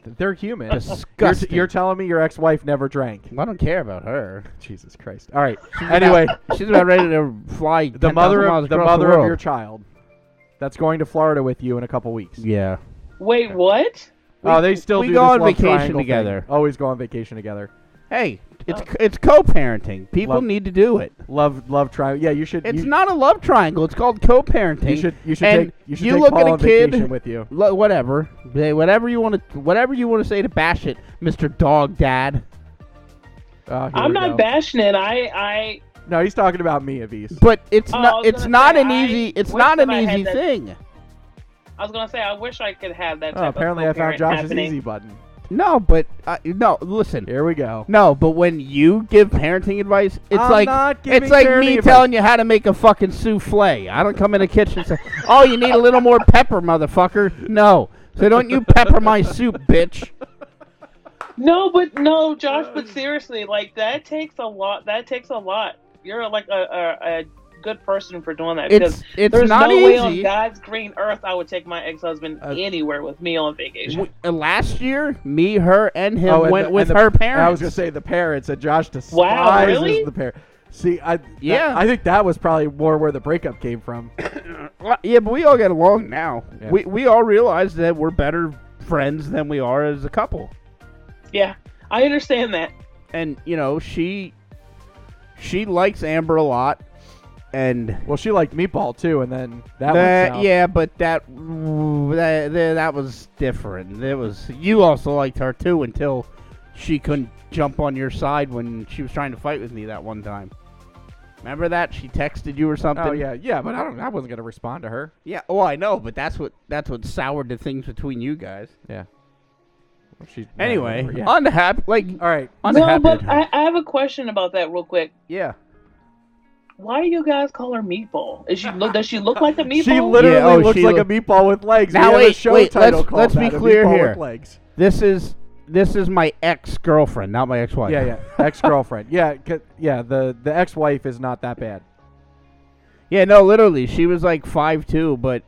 Speaker 2: They're human. You're t-
Speaker 7: Disgusting.
Speaker 2: you're telling me your ex-wife never drank?
Speaker 7: I don't care about her.
Speaker 2: Jesus Christ! All right. Anyway,
Speaker 7: She's about ready to fly.
Speaker 2: the
Speaker 7: 10,000
Speaker 2: mother
Speaker 7: miles
Speaker 2: of the
Speaker 7: across
Speaker 2: mother of
Speaker 7: world.
Speaker 2: your child that's going to Florida with you in a couple weeks.
Speaker 7: Yeah.
Speaker 8: Wait, what?
Speaker 2: Oh, they still
Speaker 7: we
Speaker 2: do
Speaker 7: go
Speaker 2: this
Speaker 7: on
Speaker 2: love
Speaker 7: vacation
Speaker 2: triangle
Speaker 7: together.
Speaker 2: Thing. Always go on vacation together.
Speaker 7: Hey, it's it's co-parenting. People
Speaker 2: Oh. Love-
Speaker 7: need to do it.
Speaker 2: Love love triangle. Yeah, you should.
Speaker 7: It's
Speaker 2: you,
Speaker 7: not a love triangle. It's called co-parenting.
Speaker 2: You should you should
Speaker 7: and
Speaker 2: take you should
Speaker 7: you
Speaker 2: take
Speaker 7: look
Speaker 2: Paul
Speaker 7: at a
Speaker 2: on
Speaker 7: kid.
Speaker 2: vacation with you.
Speaker 7: lo- whatever, Hey, whatever you want to, whatever you want to say to bash it, Mister Dog Dad.
Speaker 2: Oh, here
Speaker 8: I'm
Speaker 2: we
Speaker 8: not
Speaker 2: go.
Speaker 8: bashing it. I, I,
Speaker 2: No, he's talking about me, Avis.
Speaker 7: But it's
Speaker 8: Oh, I
Speaker 7: not.
Speaker 8: was
Speaker 7: It's
Speaker 8: gonna
Speaker 7: not
Speaker 8: say,
Speaker 7: an
Speaker 8: I
Speaker 7: easy. It's
Speaker 8: wish
Speaker 7: not
Speaker 8: that
Speaker 7: an
Speaker 8: I had
Speaker 7: easy
Speaker 8: that
Speaker 7: thing.
Speaker 8: I was gonna say I wish I could have that. Type
Speaker 2: Oh, apparently, I
Speaker 8: of
Speaker 2: found
Speaker 8: co-parent
Speaker 2: Josh's
Speaker 8: happening.
Speaker 2: easy button.
Speaker 7: No, but uh, no. Listen.
Speaker 2: Here we go.
Speaker 7: No, but when you give parenting advice, it's
Speaker 2: I'm
Speaker 7: like
Speaker 2: not giving
Speaker 7: it's like
Speaker 2: parenting
Speaker 7: me
Speaker 2: advice.
Speaker 7: telling you how to make a fucking souffle. I don't come in the kitchen and say, "Oh, you need a little more pepper, motherfucker." No, so don't you pepper my soup, bitch.
Speaker 8: No, but no, Josh. But seriously, like that takes a lot. That takes a lot. You're like a, a, a good person for doing that.
Speaker 7: It's
Speaker 8: because
Speaker 7: it's
Speaker 8: there's
Speaker 7: not
Speaker 8: no way on
Speaker 7: easy.
Speaker 8: God's green earth I would take my ex-husband
Speaker 2: Uh,
Speaker 8: anywhere with me on vacation.
Speaker 7: W- uh, Last year, me, her, and him
Speaker 2: Oh, and
Speaker 7: went
Speaker 2: the-
Speaker 7: with
Speaker 2: and the-
Speaker 7: her
Speaker 2: and
Speaker 7: parents.
Speaker 2: I was gonna say the parents and Josh despises
Speaker 8: really?
Speaker 2: the parent. See, I that-
Speaker 7: Yeah.
Speaker 2: I think that was probably more where the breakup came from.
Speaker 7: Well, uh, Yeah, but we all get along now.
Speaker 2: Yeah.
Speaker 7: We we all realize that we're better friends than we are as a couple.
Speaker 8: Yeah, I understand that.
Speaker 7: And you know, she she likes Amber a lot, and
Speaker 2: Well, she liked meatball too, and then that.
Speaker 7: that-
Speaker 2: went south.
Speaker 7: yeah, but that, that that that was different. It was you also liked her too until she couldn't jump on your side when she was trying to fight with me that one time. Remember that she texted you or something?
Speaker 2: Oh yeah, yeah, but I don't. I wasn't gonna respond to her.
Speaker 7: yeah. Well, I know, but that's what that's what soured the things between you guys.
Speaker 2: Yeah. Well, she, yeah,
Speaker 7: Anyway,
Speaker 2: whatever, yeah.
Speaker 7: unhappy. Like
Speaker 2: all right.
Speaker 7: unhappy.
Speaker 8: No, but I, I have a question about that real quick.
Speaker 7: yeah.
Speaker 8: why do you guys call her Meatball? Is she look? Does she look like a meatball?
Speaker 2: She literally
Speaker 7: Yeah, oh,
Speaker 2: looks
Speaker 7: she
Speaker 2: like
Speaker 7: lo-
Speaker 2: a meatball with legs.
Speaker 7: Now
Speaker 2: we have a
Speaker 7: wait,
Speaker 2: show
Speaker 7: wait,
Speaker 2: title
Speaker 7: let's-
Speaker 2: called
Speaker 7: let's be
Speaker 2: that, A
Speaker 7: clear
Speaker 2: Meatball
Speaker 7: here.
Speaker 2: With legs.
Speaker 7: This is this is my ex girlfriend, not my ex wife.
Speaker 2: Yeah, yeah. Ex girlfriend. yeah, 'cause- yeah. The the ex wife is not that bad.
Speaker 7: Yeah, no, literally, she was like five two, but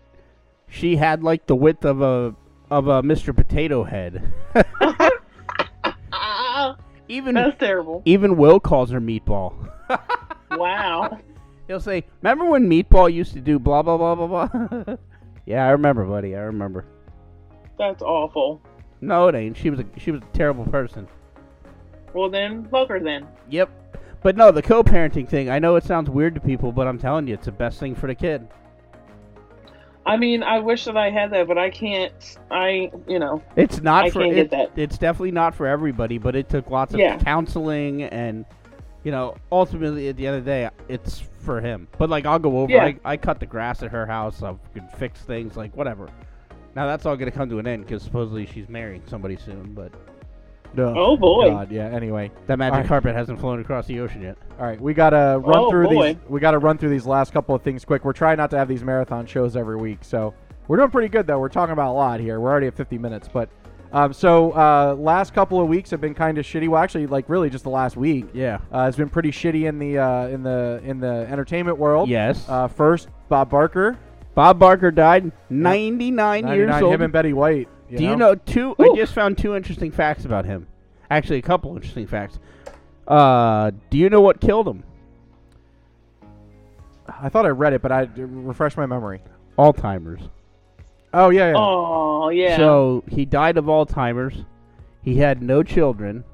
Speaker 7: she had like the width of a of a Mr. Potato Head.
Speaker 8: Ah,
Speaker 7: even
Speaker 8: that's terrible.
Speaker 7: even Will calls her Meatball.
Speaker 8: Wow.
Speaker 7: He'll say, "Remember when Meatball used to do blah blah blah blah blah." yeah, I remember, buddy. I remember.
Speaker 8: That's awful.
Speaker 7: No, it ain't. She was a she was a terrible person.
Speaker 8: Well then, fuck her then.
Speaker 7: Yep. But no, the co-parenting thing. I know it sounds weird to people, but I'm telling you, it's the best thing for the kid.
Speaker 8: I mean, I wish that I had that, but I can't. I, you know,
Speaker 7: It's not
Speaker 8: I
Speaker 7: for
Speaker 8: can't
Speaker 7: it-
Speaker 8: get that.
Speaker 7: it's definitely not for everybody, but it took lots of
Speaker 8: Yeah.
Speaker 7: counseling and you know, ultimately at the end of the day, it's for him. But like I'll go over,
Speaker 8: Yeah.
Speaker 7: I, I cut the grass at her house, I can fix things, like whatever. Now that's all gonna come to an end because supposedly she's marrying somebody soon, but
Speaker 2: No.
Speaker 8: Oh, boy.
Speaker 2: God, yeah. Anyway,
Speaker 7: that magic
Speaker 2: Alright.
Speaker 7: carpet hasn't flown across the ocean yet.
Speaker 2: all right. We gotta run
Speaker 8: Oh,
Speaker 2: through
Speaker 8: boy.
Speaker 2: these. We gotta run through these last couple of things quick. We're trying not to have these marathon shows every week, so we're doing pretty good though. We're talking about a lot here. We're already at 50 minutes, but. Um, so uh, last couple of weeks have been kind of shitty. Well, actually, like really just the last week.
Speaker 7: Yeah.
Speaker 2: Uh, it's been pretty shitty in the uh, in the in the entertainment world.
Speaker 7: Yes.
Speaker 2: Uh, first, Bob Barker,
Speaker 7: Bob Barker died, 99,
Speaker 2: 99,
Speaker 7: years old.
Speaker 2: him and Betty White. You
Speaker 7: Do you know two? I just found two interesting facts about him. Actually, a couple interesting facts. Uh, do you know what killed him?
Speaker 2: I thought I read it, but I refresh my memory.
Speaker 7: Alzheimer's.
Speaker 2: Oh yeah, yeah.
Speaker 8: Oh yeah.
Speaker 7: So he died of Alzheimer's. He had no children.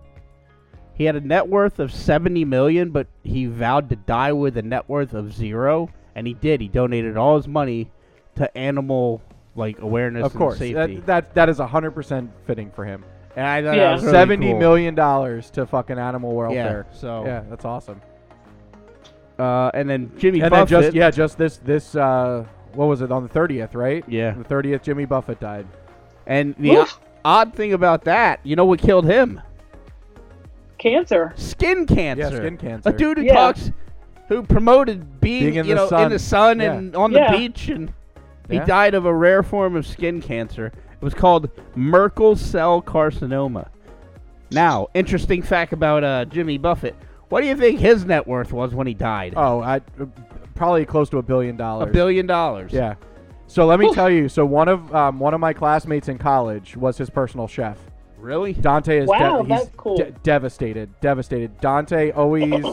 Speaker 7: He had a net worth of seventy million, but he vowed to die with a net worth of zero, and he did. He donated all his money to animal like awareness
Speaker 2: of course.
Speaker 7: and safety.
Speaker 2: That, that that is hundred percent fitting for him.
Speaker 7: and I thought
Speaker 8: Yeah.
Speaker 7: that was really
Speaker 2: Seventy
Speaker 7: cool.
Speaker 2: million dollars to fucking animal
Speaker 7: Yeah.
Speaker 2: welfare.
Speaker 7: So
Speaker 2: Yeah, that's awesome.
Speaker 7: Uh, and then Jimmy
Speaker 2: and
Speaker 7: Buffett.
Speaker 2: then just yeah, just this this uh, what was it on the thirtieth, right?
Speaker 7: Yeah.
Speaker 2: the thirtieth. Jimmy Buffett died.
Speaker 7: And the o-
Speaker 8: Oof.
Speaker 7: odd thing about that, you know what killed him?
Speaker 8: Cancer.
Speaker 7: Skin cancer.
Speaker 2: Yeah, skin cancer.
Speaker 7: A dude who
Speaker 8: Yeah.
Speaker 7: talks, who promoted being,
Speaker 2: Being in
Speaker 7: you
Speaker 2: the
Speaker 7: know, in
Speaker 2: sun.
Speaker 7: the sun
Speaker 2: Yeah.
Speaker 7: and on
Speaker 8: Yeah.
Speaker 7: the beach, and he
Speaker 2: Yeah.
Speaker 7: died of a rare form of skin cancer. It was called Merkel cell carcinoma. Now, interesting fact about uh, Jimmy Buffett. What do you think his net worth was when he died?
Speaker 2: Oh, I probably close to a billion
Speaker 7: a
Speaker 2: dollars.
Speaker 7: billion dollars.
Speaker 2: Yeah. So let me tell you. So one of um, one of my classmates in college was his personal chef.
Speaker 7: Really?
Speaker 2: Dante is
Speaker 8: Wow,
Speaker 2: de-
Speaker 8: that's
Speaker 2: he's
Speaker 8: cool.
Speaker 2: de- devastated, devastated. Dante always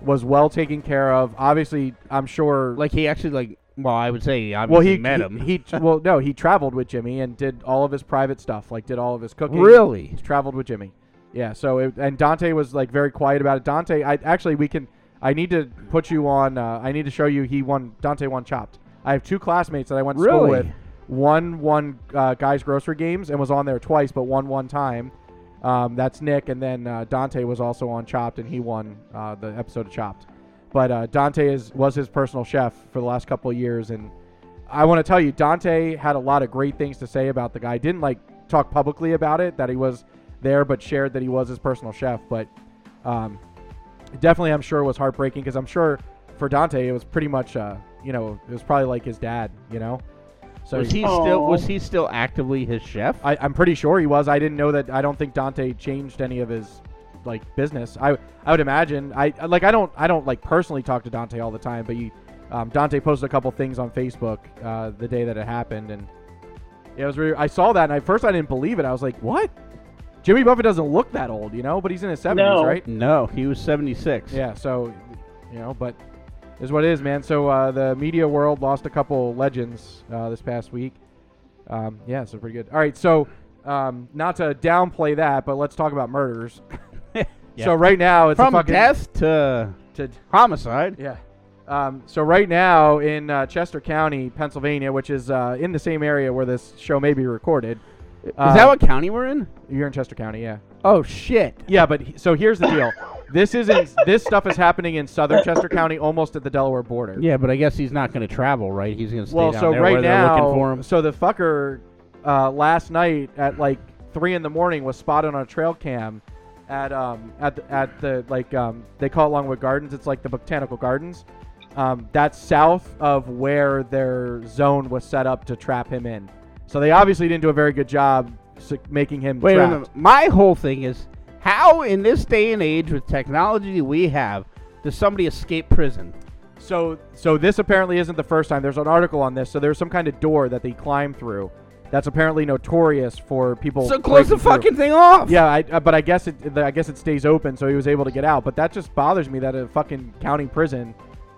Speaker 2: was well taken care of. Obviously, I'm sure.
Speaker 7: Like he actually like. Well, I would say I
Speaker 2: well, he
Speaker 7: met him.
Speaker 2: He, he well, no, he traveled with Jimmy and did all of his private stuff, like did all of his cooking.
Speaker 7: Really?
Speaker 2: He traveled with Jimmy. Yeah. So it, and Dante was like very quiet about it. Dante, I actually we can. I need to put you on. Uh, I need to show you. He won. Dante won Chopped. I have two classmates that I went to school
Speaker 7: Really?
Speaker 2: with. One won uh, guys grocery games and was on there twice, but won one time. Um, that's Nick, and then uh, Dante was also on Chopped, and he won uh, the episode of Chopped. But uh, Dante is was his personal chef for the last couple of years, and I want to tell you, Dante had a lot of great things to say about the guy. Didn't like talk publicly about it that he was there, but shared that he was his personal chef. But um, definitely, I'm sure was heartbreaking because I'm sure for Dante it was pretty much, uh, you know, it was probably like his dad, you know. So
Speaker 7: was he still was he still actively his chef?
Speaker 2: I, I'm pretty sure he was. I didn't know that. I don't think Dante changed any of his like business. I I would imagine. I I- like I don't I don't like personally talk to Dante all the time, but you, um, Dante posted a couple things on Facebook uh, the day that it happened, and yeah, it was. Really, I saw that, and at first I didn't believe it. I was like, what? Jimmy Buffett doesn't look that old, you know, but he's in his 70s,
Speaker 8: No.
Speaker 2: right?
Speaker 7: No, he was 76.
Speaker 2: Yeah, so you know, but is what it is, man. So uh, the media world lost a couple legends uh, this past week. Um, yeah, so pretty good. All right, so um, not to downplay that, but let's talk about murders. So right now it's
Speaker 7: From
Speaker 2: a fucking
Speaker 7: death to
Speaker 2: to
Speaker 7: homicide.
Speaker 2: yeah. Um, so right now in uh, Chester County, Pennsylvania, which is uh, in the same area where this show may be recorded. uh,
Speaker 7: Is that what county we're in?
Speaker 2: you're in Chester County? Yeah.
Speaker 7: Uh, Oh shit.
Speaker 2: Yeah, but he- so here's the deal. This is in, this stuff is happening in southern Chester County, almost at the Delaware border.
Speaker 7: Yeah, but I guess he's not going to travel, right? He's going to stay
Speaker 2: Well,
Speaker 7: down
Speaker 2: so
Speaker 7: there
Speaker 2: right
Speaker 7: where
Speaker 2: now,
Speaker 7: they're looking for him.
Speaker 2: so the fucker uh, last night at like three in the morning was spotted on a trail cam at um at the, at the like um they call it Longwood Gardens. It's like the botanical gardens. Um, that's south of where their zone was set up to trap him in. So they obviously didn't do a very good job s- making him
Speaker 7: Wait, a
Speaker 2: trapped.
Speaker 7: minute. my whole thing is how in this day and age with technology we have does somebody escape prison?
Speaker 2: So, so this apparently isn't the first time. There's an article on this. So there's some kind of door that they climb through. That's apparently notorious for people.
Speaker 7: So close the
Speaker 2: breaking through.
Speaker 7: fucking thing off.
Speaker 2: Yeah, I, uh, but I guess it. I guess it stays open, so he was able to get out. But that just bothers me that a fucking county prison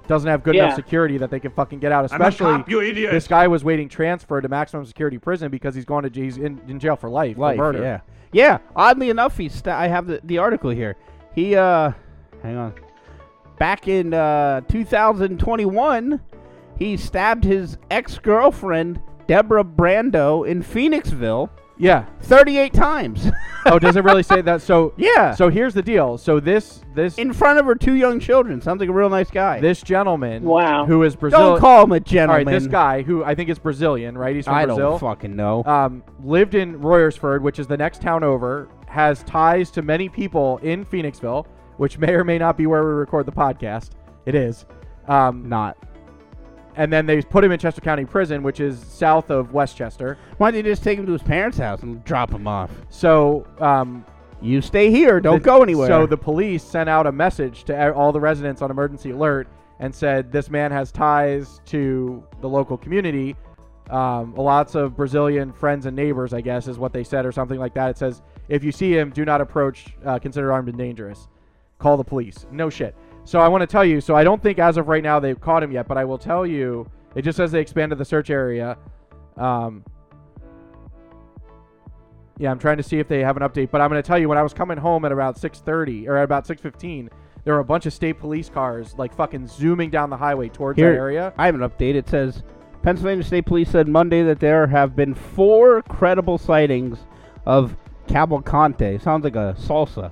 Speaker 2: doesn't have good
Speaker 8: Yeah.
Speaker 2: enough security that they can fucking get out. Especially
Speaker 6: you idiot.
Speaker 2: this guy was waiting transfer to maximum security prison because he's going to he's in, in jail for life,
Speaker 7: Life,
Speaker 2: for murder.
Speaker 7: Yeah. Yeah. Oddly enough, he's. Sta- I have the, the article here. He. uh Hang on. Back in uh 2021, he stabbed his ex-girlfriend Deborah Brando in Phoenixville
Speaker 2: Yeah.
Speaker 7: 38 times.
Speaker 2: Oh, does it really say that? So
Speaker 7: yeah.
Speaker 2: So here's the deal. So this this
Speaker 7: in front of her two young children. Sounds like a real nice guy.
Speaker 2: this gentleman
Speaker 8: Wow.
Speaker 2: who is Brazil.
Speaker 7: Don't call him a
Speaker 2: All
Speaker 7: gentleman.
Speaker 2: right, this guy who I think is Brazilian, right? He's from
Speaker 7: I
Speaker 2: Brazil.
Speaker 7: don't fucking know.
Speaker 2: um, lived in Royersford, which is the next town over, has ties to many people in Phoenixville, which may or may not be where we record the podcast. It is. Um,
Speaker 7: Not.
Speaker 2: And then they put him in Chester County Prison, which is south of Westchester.
Speaker 7: Why don't you just take him to his parents' house and drop him off?
Speaker 2: So um,
Speaker 7: You stay here. Don't
Speaker 2: the-
Speaker 7: go anywhere.
Speaker 2: So the police sent out a message to e- all the residents on emergency alert and said this man has ties to the local community. Um, lots of Brazilian friends and neighbors, I guess, is what they said, or something like that. It says if you see him, do not approach, uh, consider armed and dangerous. Call the police. No shit. So I want to tell you. So I don't think as of right now they've caught him yet, but I will tell you. It just says they expanded the search area. Um, yeah, I'm trying to see if they have an update, but I'm going to tell you when I was coming home at about 6:30 or at about 6:15, there were a bunch of state police cars like fucking zooming down the highway towards
Speaker 7: Here-
Speaker 2: that area.
Speaker 7: I have an update. It says Pennsylvania State Police said Monday that there have been four credible sightings of Cavalcante. Sounds like a salsa.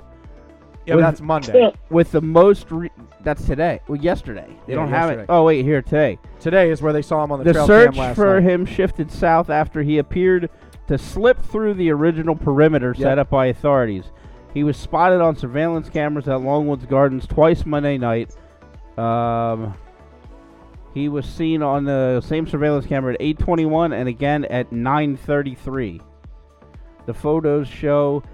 Speaker 2: Yeah,
Speaker 7: with-
Speaker 2: that's Monday.
Speaker 7: With the most, re- that's today. Well, yesterday. They
Speaker 2: Yeah,
Speaker 7: don't have
Speaker 2: yesterday.
Speaker 7: it. Oh wait, here today.
Speaker 2: Today is where they saw him on the,
Speaker 7: The,
Speaker 2: trail cam
Speaker 7: search
Speaker 2: last
Speaker 7: for
Speaker 2: night.
Speaker 7: him shifted south after he appeared to slip through the original perimeter set up by authorities. He was spotted on surveillance cameras at Longwoods Gardens twice Monday night. Um, he was seen on the same surveillance camera at 8:21 and again at 9:33. The photos show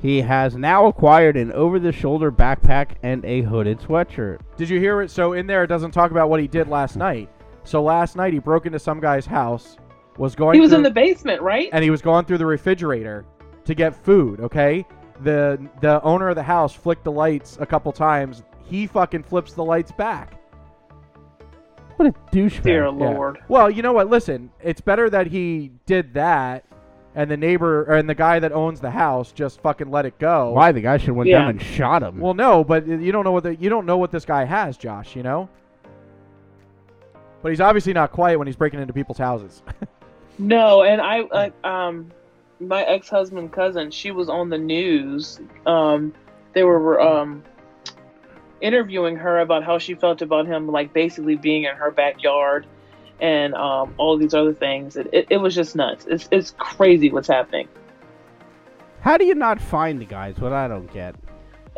Speaker 7: he has now acquired an over-the-shoulder backpack and a hooded sweatshirt.
Speaker 2: Did you hear it? So in there it doesn't talk about what he did last night. So last night he broke into some guy's house, was going
Speaker 8: He was
Speaker 2: through,
Speaker 8: in the basement, right?
Speaker 2: and he was going through the refrigerator to get food. Okay, the the owner of the house flicked the lights a couple times. He fucking flips the lights back.
Speaker 7: What a douchebag!
Speaker 8: Dear
Speaker 2: Yeah.
Speaker 8: Lord.
Speaker 2: Well, you know what? Listen, it's better that he did that, and the neighbor or, and the guy that owns the house just fucking let it go.
Speaker 7: Why the guy should have went
Speaker 8: Yeah.
Speaker 7: down and shot him?
Speaker 2: Well, no, but you don't know what the, you don't know what this guy has, Josh. You know. But he's obviously not quiet when he's breaking into people's houses.
Speaker 8: No, and I like um my ex husband cousin, she was on the news. Um they were um interviewing her about how she felt about him like basically being in her backyard and um all these other things. It it, it was just nuts. It's it's crazy what's happening.
Speaker 7: How do you not find the guys? What I don't get.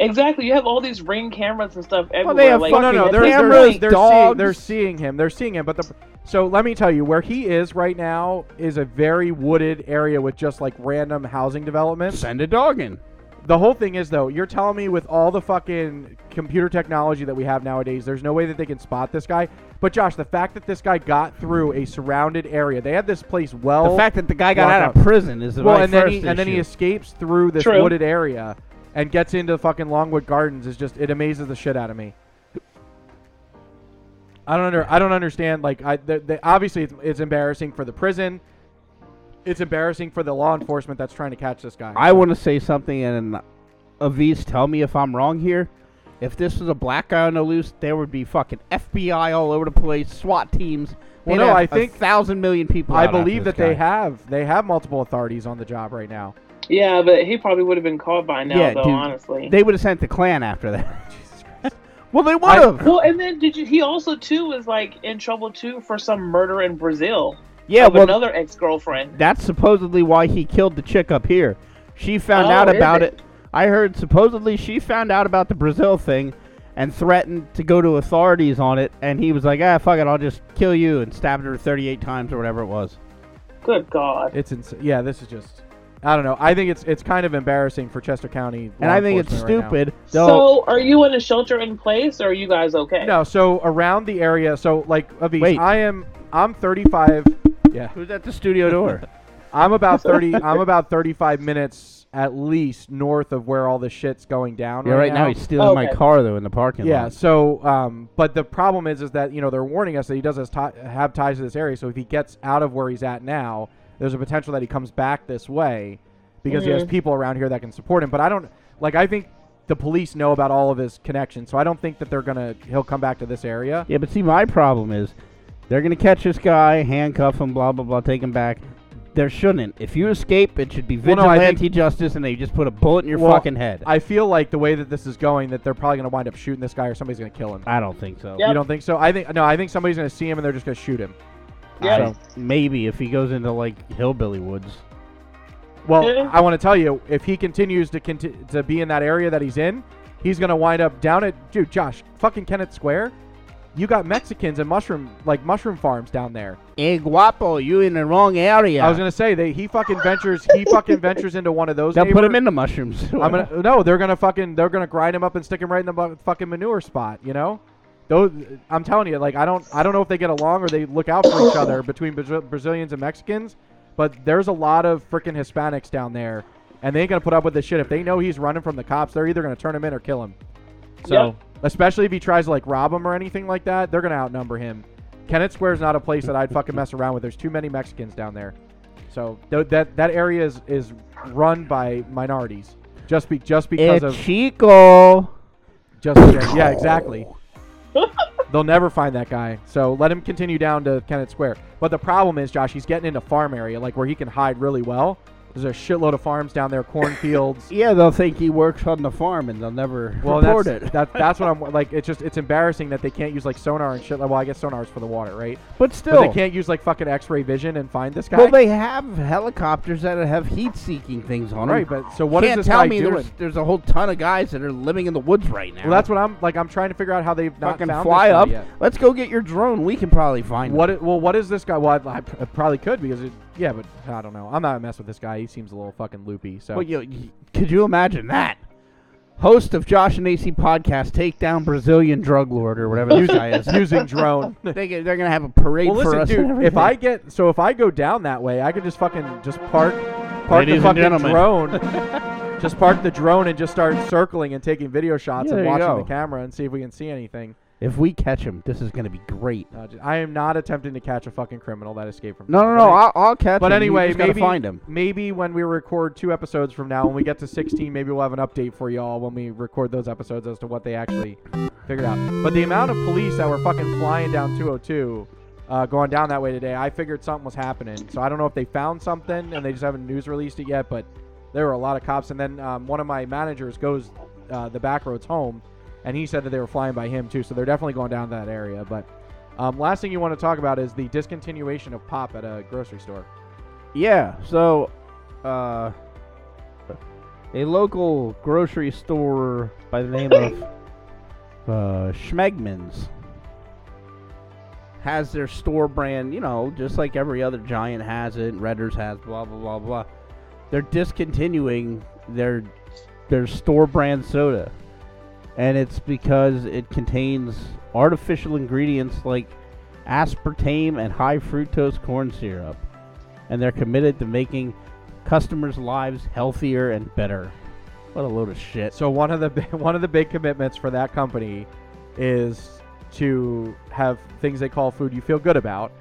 Speaker 8: Exactly. You have all these ring cameras and stuff everywhere.
Speaker 7: they have
Speaker 8: like,
Speaker 2: no, no, no.
Speaker 8: at
Speaker 2: They're,
Speaker 8: this
Speaker 2: they're,
Speaker 7: cameras,
Speaker 8: point-
Speaker 2: they're, seeing,
Speaker 7: dogs.
Speaker 2: they're seeing him. They're seeing him. But the so let me tell you, where he is right now is a very wooded area with just like random housing developments.
Speaker 7: Send a dog in.
Speaker 2: The whole thing is though, you're telling me with all the fucking computer technology that we have nowadays, there's no way that they can spot this guy. But Josh, the fact that this guy got through a surrounded area, they had this place well.
Speaker 7: The fact that the guy got
Speaker 2: Lock
Speaker 7: out
Speaker 2: up.
Speaker 7: of prison is the
Speaker 2: well,
Speaker 7: very
Speaker 2: and then
Speaker 7: first
Speaker 2: he, and then he
Speaker 7: issue.
Speaker 2: escapes through this
Speaker 8: True.
Speaker 2: wooded area and gets into fucking Longwood Gardens is just it amazes the shit out of me. I don't under, I don't understand like I the, the, obviously it's, it's embarrassing for the prison. It's embarrassing for the law enforcement that's trying to catch this guy.
Speaker 7: I want to say something, and Aviz, tell me if I'm wrong here. If this was a black guy on the loose, there would be fucking FBI all over the place, SWAT teams.
Speaker 2: Well,
Speaker 7: They'd
Speaker 2: no,
Speaker 7: have
Speaker 2: I think-
Speaker 7: a thousand million people.
Speaker 2: I
Speaker 7: out after
Speaker 2: believe
Speaker 7: this
Speaker 2: that they
Speaker 7: guy.
Speaker 2: have they have multiple authorities on the job right now.
Speaker 8: Yeah, but he probably would have been caught by now
Speaker 7: Yeah,
Speaker 8: though,
Speaker 7: dude.
Speaker 8: honestly.
Speaker 7: They would have sent the Klan after that. well, they would have.
Speaker 8: well, and then did you? He also too was like in trouble too for some murder in Brazil.
Speaker 7: Yeah,
Speaker 8: of
Speaker 7: well,
Speaker 8: another ex girlfriend.
Speaker 7: That's supposedly why he killed the chick up here. She found
Speaker 8: Oh,
Speaker 7: out
Speaker 8: is
Speaker 7: about
Speaker 8: it?
Speaker 7: it. I heard supposedly she found out about the Brazil thing and threatened to go to authorities on it. And he was like, ah, fuck it, I'll just kill you, and stabbed her 38 times or whatever it was.
Speaker 8: Good God.
Speaker 2: It's ins- yeah. This is just. I don't know. I think it's it's kind of embarrassing for Chester County.
Speaker 7: And
Speaker 2: law
Speaker 7: I think it's
Speaker 2: enforcement right now.
Speaker 7: stupid. They'll-
Speaker 8: So, are you in a shelter in place, or are you guys okay?
Speaker 2: No, so around the area. So like, Avish,
Speaker 7: Wait.
Speaker 2: I am I'm 35. Yeah,
Speaker 7: who's at the studio door?
Speaker 2: I'm about 30. I'm about 35 minutes at least north of where all this shit's going down.
Speaker 7: yeah, right now he's stealing my
Speaker 8: Okay.
Speaker 7: car though in the parking lot.
Speaker 2: Yeah. So, um, but the problem is, is that you know they're warning us that he does has ti have ties to this area. So if he gets out of where he's at now, there's a potential that he comes back this way because he has people around here that can support him. But I don't like. I think the police know about all of his connections, so I don't think that they're gonna he'll come back to this area.
Speaker 7: Yeah, but see, my problem is they're going to catch this guy, handcuff him, blah, blah, blah, take him back. There shouldn't. If you escape, it should be
Speaker 2: Well, no, I
Speaker 7: vigilante
Speaker 2: think-
Speaker 7: justice and they just put a bullet in your
Speaker 2: Well,
Speaker 7: fucking head. I,
Speaker 2: I feel like the way that this is going, that they're probably going to wind up shooting this guy, or somebody's going to kill him.
Speaker 7: don't think so.
Speaker 8: Yeah.
Speaker 2: You don't think so? I think no. I think somebody's going to see him, and they're just going to shoot him.
Speaker 7: I
Speaker 8: Yeah.
Speaker 7: don't- maybe if he goes into, like, hillbilly woods.
Speaker 2: Well,
Speaker 8: Yeah.
Speaker 2: I want to tell you, if he continues to conti- to be in that area that he's in, he's going to wind up down at dude, Josh, fucking Kennett Square. You got Mexicans and mushroom like mushroom farms down there.
Speaker 7: Hey, guapo, you in the wrong area.
Speaker 2: I was going to say they he fucking ventures he fucking ventures into one of those.
Speaker 7: They'll put
Speaker 2: neighbor-
Speaker 7: him into mushrooms.
Speaker 2: I'm gonna no. They're gonna fucking they're gonna grind him up and stick him right in the bu- fucking manure spot. You know, those I'm telling you, like I don't I don't know if they get along or they look out for each other between Bra- Brazilians and Mexicans, but there's a lot of freaking Hispanics down there, and they ain't gonna put up with this shit. If they know he's running from the cops, they're either gonna turn him in or kill him. So
Speaker 8: Yep.
Speaker 2: especially if he tries to like rob him or anything like that, they're gonna outnumber him. Kennett Square's not a place that I'd fucking mess around with. There's too many Mexicans down there. So th- that that area is, is run by minorities. Just be just because
Speaker 7: Eh,
Speaker 2: of
Speaker 7: Chico.
Speaker 2: just because- yeah exactly. They'll never find that guy. So let him continue down to Kennett Square. But the problem is, Josh, he's getting into farm area like where he can hide really well. There's a shitload of farms down there, cornfields.
Speaker 7: Yeah, they'll think he works on the farm and they'll never
Speaker 2: Well,
Speaker 7: report
Speaker 2: that's,
Speaker 7: it.
Speaker 2: that- that's what I'm like. It's just it's embarrassing that they can't use like sonar and shit. Like, well, I guess sonar's for the water, right?
Speaker 7: But
Speaker 2: But
Speaker 7: still,
Speaker 2: they can't use like fucking X-ray vision and find this guy.
Speaker 7: Well, they have helicopters that have heat-seeking things on 'em.
Speaker 2: right, but so what is
Speaker 7: Can't
Speaker 2: this
Speaker 7: tell
Speaker 2: guy
Speaker 7: me
Speaker 2: doing?
Speaker 7: there's there's a whole ton of guys that are living in the woods right now.
Speaker 2: well, that's what I'm like. I'm trying to figure out how they've not
Speaker 7: fucking
Speaker 2: found
Speaker 7: fly
Speaker 2: this guy
Speaker 7: up.
Speaker 2: yet.
Speaker 7: Let's go get your drone. We can probably find
Speaker 2: What?
Speaker 7: Him.
Speaker 2: i- well, what is this guy? Well, I, I pr- probably could because it, yeah, but I don't know. I'm not gonna mess with this guy. He seems a little fucking loopy. So
Speaker 7: Well, you, you- could you imagine that? Host of Josh and AC podcast, take down Brazilian drug lord or whatever this guy is.
Speaker 2: using drone.
Speaker 7: They, get- they're gonna have a parade
Speaker 2: well,
Speaker 7: for
Speaker 2: listen,
Speaker 7: us. and
Speaker 2: dude. If
Speaker 7: everything.
Speaker 2: I get so if I go down that way, I could just fucking just park park
Speaker 7: Ladies
Speaker 2: the
Speaker 7: and
Speaker 2: fucking
Speaker 7: gentlemen.
Speaker 2: drone. just park the drone and just start circling and taking video shots
Speaker 7: Yeah,
Speaker 2: and
Speaker 7: there you
Speaker 2: watching the
Speaker 7: go.
Speaker 2: camera and see if we can see anything.
Speaker 7: if we catch him, this is gonna be great.
Speaker 2: Uh, j- I am not attempting to catch a fucking criminal that escaped from.
Speaker 7: No, no,
Speaker 2: jail,
Speaker 7: no.
Speaker 2: but I-
Speaker 7: I'll, I'll catch
Speaker 2: But
Speaker 7: him.
Speaker 2: anyway,
Speaker 7: you just gotta
Speaker 2: maybe
Speaker 7: find him.
Speaker 2: maybe when we record two episodes from now, when we get to 16, maybe we'll have an update for y'all when we record those episodes as to what they actually figured out. But the amount of police that were fucking flying down 202, uh, going down that way today, I figured something was happening. So I don't know if they found something and they just haven't news released it yet, but there were a lot of cops. And then um, one of my managers goes uh, the back roads home, and he said that they were flying by him too. So they're definitely going down that area. But um, last thing you want to talk about is the discontinuation of pop at a grocery store.
Speaker 7: Yeah, so uh, a local grocery store by the name of uh, Schmegman's has their store brand, you know, just like every other giant has it, Redders has, blah blah blah blah. They're discontinuing their their store brand soda, and it's because it contains artificial ingredients like aspartame and high fructose corn syrup and they're committed to making customers' lives healthier and better. What a load of shit.
Speaker 2: So one of the bi- one of the big commitments for that company is to have things they call food you feel good about,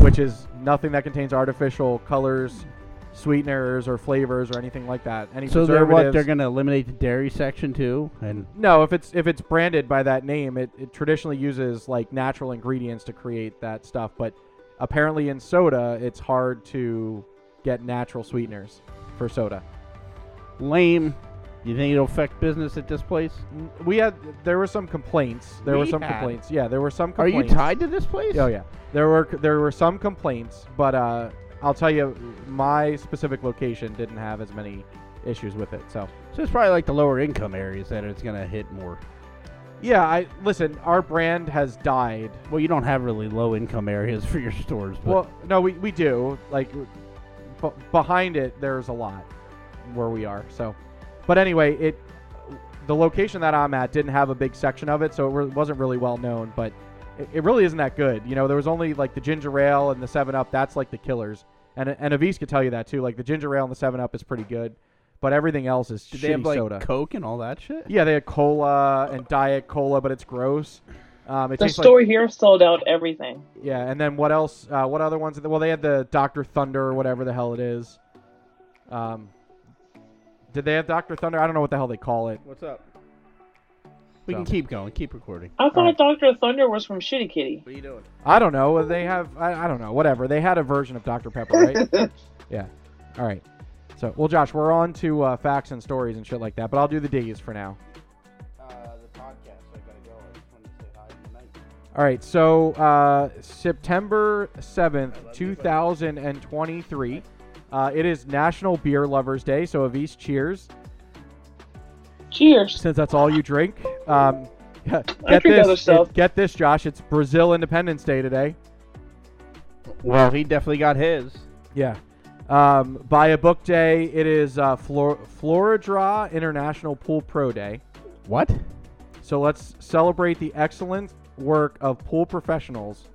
Speaker 2: which is nothing that contains artificial colors, sweeteners, or flavors or anything like that. Any
Speaker 7: So they're what? They're
Speaker 2: preservatives.
Speaker 7: going to eliminate the dairy section too, and
Speaker 2: no, if it's if it's branded by that name, it, it traditionally uses like natural ingredients to create that stuff. But apparently in soda, it's hard to get natural sweeteners for soda.
Speaker 7: lame. You think it'll affect business at this place?
Speaker 2: N- We had there were some complaints. There were
Speaker 7: We
Speaker 2: some
Speaker 7: had-
Speaker 2: complaints. Yeah, there were some
Speaker 7: Are
Speaker 2: complaints.
Speaker 7: you tied to this place?
Speaker 2: Oh yeah, there were there were some complaints, but uh, I'll tell you, my specific location didn't have as many issues with it. So
Speaker 7: So it's probably like the lower income areas that it's going to hit more.
Speaker 2: Yeah, I listen. Our brand has died.
Speaker 7: Well, you don't have really low income areas for your stores, but
Speaker 2: Well, no, we, we do. Like, b- behind it, there's a lot where we are. So, but anyway, it the location that I'm at didn't have a big section of it, so it re- wasn't really well known. But it, it really isn't that good. You know, there was only like the ginger ale and the Seven Up. That's like the killers. And and Avis could tell you that too. Like the ginger ale and the Seven Up is pretty good, but everything else is
Speaker 7: did
Speaker 2: shitty
Speaker 7: they have like
Speaker 2: soda.
Speaker 7: Coke and all that shit?
Speaker 2: yeah, they had cola and diet cola, but it's gross. Um, it
Speaker 8: The
Speaker 2: tastes like-
Speaker 8: store here sold out everything.
Speaker 2: yeah, and then what else? Uh, what other ones? Well, they had the Doctor Thunder or whatever the hell it is. Um, did they have Doctor Thunder? I don't know what the hell they call it.
Speaker 6: What's up?
Speaker 7: We can
Speaker 2: So-
Speaker 7: keep going, keep recording.
Speaker 8: I thought Doctor Thunder was from Shitty Kitty.
Speaker 6: What are you doing?
Speaker 2: I don't know. They have. I, I don't know. Whatever. They had a version of Doctor Pepper, right? yeah. All right. So, well, Josh, we're on to uh, facts and stories and shit like that, but I'll do the diggies for now.
Speaker 6: Uh, the podcast. I gotta go. I just wanted to say hi tonight.
Speaker 2: All right. So, uh, September seventh, two thousand and twenty-three. Uh, it is National Beer Lovers Day, so Avis, cheers.
Speaker 8: Cheers.
Speaker 2: since that's all you drink. Um,
Speaker 8: I
Speaker 2: get
Speaker 8: drink other
Speaker 2: this,
Speaker 8: stuff.
Speaker 2: get this, Josh. It's Brazil Independence Day today.
Speaker 7: Well, he definitely got his.
Speaker 2: Yeah. Um, buy a book day. It is uh, Flor- Floridra International Pool Pro Day.
Speaker 7: What?
Speaker 2: So let's celebrate the excellent work of pool professionals.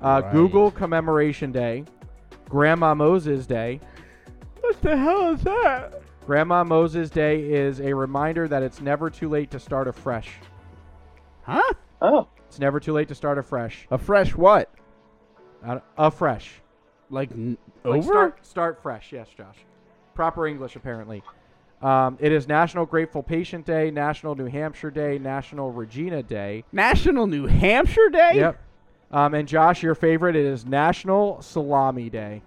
Speaker 2: Uh,
Speaker 7: Right.
Speaker 2: Google Commemoration Day, Grandma Moses Day.
Speaker 7: What the hell is that?
Speaker 2: Grandma Moses Day is a reminder that it's never too late to start afresh.
Speaker 7: Huh?
Speaker 8: Oh,
Speaker 2: It's never too late to start afresh.
Speaker 7: A fresh what?
Speaker 2: Uh, afresh.
Speaker 7: Like n- oh.
Speaker 2: Like,
Speaker 7: over?
Speaker 2: Start, start fresh. Yes, Josh. Proper English, apparently. Um, it is National Grateful Patient Day, National New Hampshire Day, National Regina Day.
Speaker 7: National New Hampshire Day?
Speaker 2: Yep. Um, and Josh, your favorite, it is National Salami Day.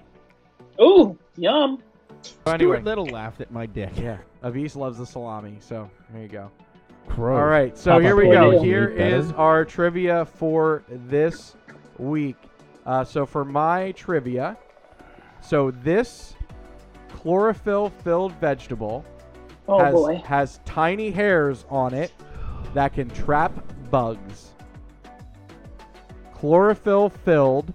Speaker 8: ooh, yum.
Speaker 2: So
Speaker 7: Stuart
Speaker 2: anyway,
Speaker 7: Little laughed at my dick.
Speaker 2: yeah, Avis loves the salami, so there you go.
Speaker 7: Gross.
Speaker 2: All right,
Speaker 7: Oh.
Speaker 2: so
Speaker 7: Papa
Speaker 2: here we
Speaker 7: Boy
Speaker 2: go.
Speaker 7: didn't
Speaker 2: Here
Speaker 7: eat that.
Speaker 2: is our trivia for this week. Uh, so for my trivia, so this chlorophyll-filled vegetable
Speaker 8: Oh
Speaker 2: has,
Speaker 8: boy.
Speaker 2: has tiny hairs on it that can trap bugs. Chlorophyll filled,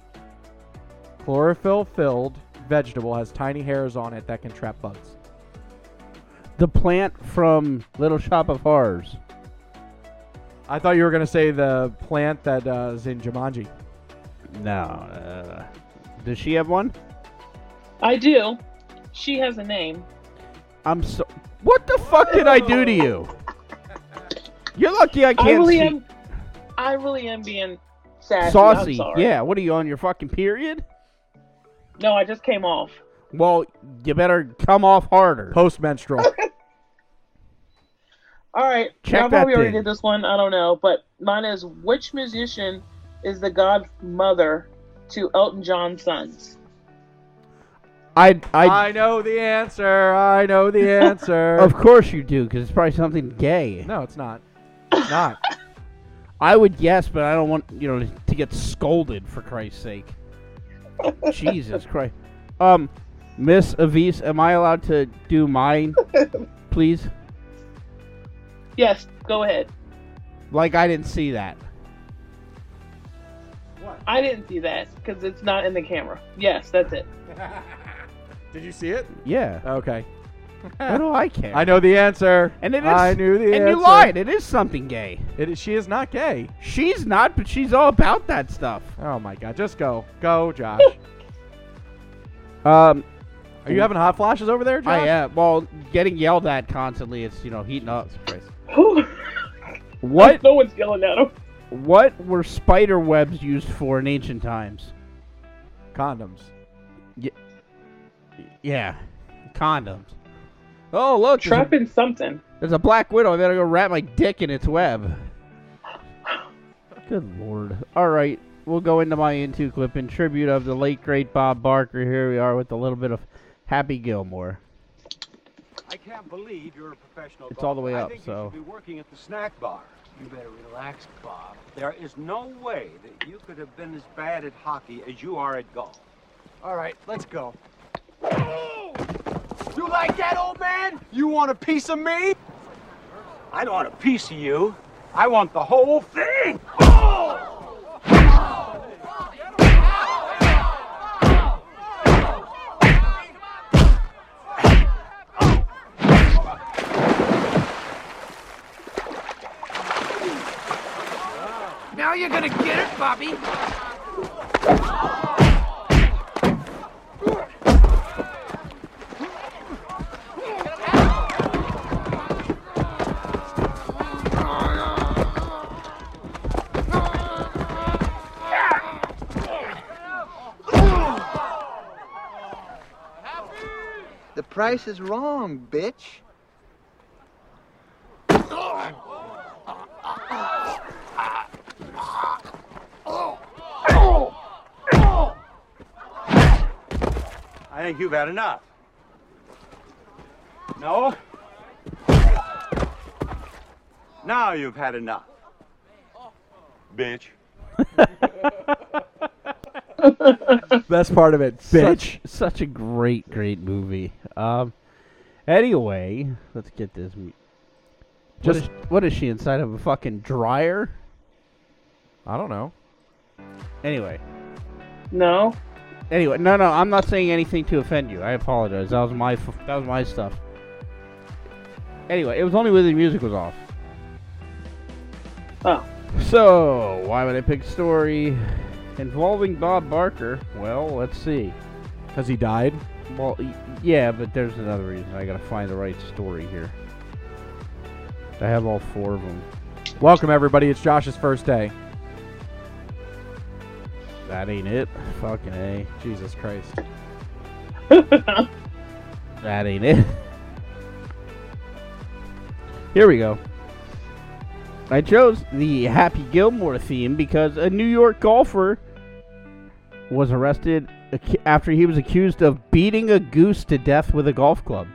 Speaker 2: chlorophyll filled vegetable has tiny hairs on it that can trap bugs.
Speaker 7: The plant from Little Shop of Horrors.
Speaker 2: I thought you were gonna say the plant that uh, is in Jumanji.
Speaker 7: No. Uh, does she have one?
Speaker 8: I do. She has a name.
Speaker 7: I'm so. What the fuck did I do to you? You're lucky I
Speaker 8: I
Speaker 7: can't
Speaker 8: really
Speaker 7: see.
Speaker 8: am. I really am being sassy.
Speaker 7: Saucy.
Speaker 8: I'm sorry.
Speaker 7: Yeah. What are you on your fucking period?
Speaker 8: No, I just came off.
Speaker 7: Well, you better come off harder.
Speaker 2: Post menstrual.
Speaker 8: All right.
Speaker 7: Check
Speaker 8: now probably
Speaker 7: that
Speaker 8: already
Speaker 7: thing.
Speaker 8: did this one. I don't know, but mine is which musician is the godmother to Elton John's sons?
Speaker 7: I, I,
Speaker 2: I know the answer. I know the answer.
Speaker 7: of course you do, because it's probably something gay.
Speaker 2: no, it's not. It's not.
Speaker 7: I would guess, but I don't want you know to get scolded for Christ's sake. Jesus Christ. Um, Miss Avis, am I allowed to do mine, please?
Speaker 8: Yes, go ahead.
Speaker 7: Like I didn't see that.
Speaker 8: I didn't see that because it's not in the camera. Yes, that's it.
Speaker 2: Did you see it?
Speaker 7: Yeah.
Speaker 2: Okay.
Speaker 7: What do I care?
Speaker 2: I know the answer.
Speaker 7: And it is.
Speaker 2: I knew the
Speaker 7: and
Speaker 2: answer.
Speaker 7: you lied. It is something gay.
Speaker 2: It is, she is not gay.
Speaker 7: She's not, but she's all about that stuff.
Speaker 2: Oh my god, just go. Go, Josh.
Speaker 7: Um,
Speaker 2: Are you having hot flashes over there, Josh?
Speaker 7: I am. Well, getting yelled at constantly, it's you know heating up.
Speaker 8: Who?
Speaker 7: What?
Speaker 8: no one's yelling at him.
Speaker 7: What were spider webs used for in ancient times?
Speaker 2: Condoms.
Speaker 7: Yeah, condoms. Oh look, there's a,
Speaker 8: Trapping something.
Speaker 7: there's a black widow. I better go wrap my dick in its web. Good lord. All right, we'll go into my into clip in tribute of the late great Bob Barker. Here we are with a little bit of Happy Gilmore.
Speaker 10: I can't believe you're a professional.
Speaker 7: It's all the way
Speaker 10: golfer.
Speaker 7: up,
Speaker 10: I think
Speaker 7: so-
Speaker 10: you should be working at the snack bar. You better relax, Bob. There is no way that you could have been as bad at hockey as you are at golf. All right, let's go. You like that, old man? You want a piece of me? I don't want a piece of you. I want the whole thing.
Speaker 9: Now you're gonna get it, Bobby.
Speaker 11: The price is wrong, bitch.
Speaker 10: I think you've had enough. No? Now you've had enough. Bitch.
Speaker 2: Best part of it,
Speaker 7: Such, such a great, great movie. Um, anyway, let's get this. m- What is,
Speaker 2: Just-
Speaker 7: what is she inside of a fucking dryer?
Speaker 2: I don't know.
Speaker 7: Anyway.
Speaker 8: No.
Speaker 7: Anyway, no, no, I'm not saying anything to offend you. I apologize. That was my f- that was my stuff. Anyway, it was only when the music was off.
Speaker 8: Oh.
Speaker 7: So why would I pick story involving Bob Barker? Well, let's see.
Speaker 2: Because he died.
Speaker 7: Well, y- yeah, but there's another reason. I gotta find the right story here. I have all four of them.
Speaker 2: Welcome everybody. It's Josh's first day.
Speaker 7: That ain't it. Fucking a.
Speaker 2: Jesus Christ.
Speaker 7: That ain't it. Here we go. I chose the Happy Gilmore theme because a New York golfer was arrested ac- after he was accused of beating a goose to death with a golf club.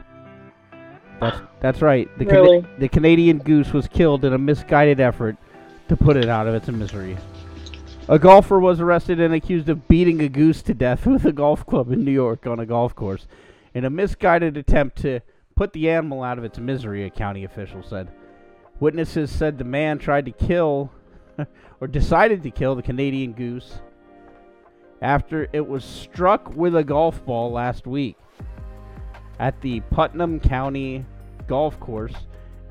Speaker 7: That's that's right. The, Cana-
Speaker 8: Really?
Speaker 7: the Canadian goose was killed in a misguided effort to put it out of its misery. A golfer was arrested and accused of beating a goose to death with a golf club in New York on a golf course in a misguided attempt to put the animal out of its misery, a county official said. Witnesses said the man tried to kill or decided to kill the Canadian goose after it was struck with a golf ball last week at the Putnam County Golf Course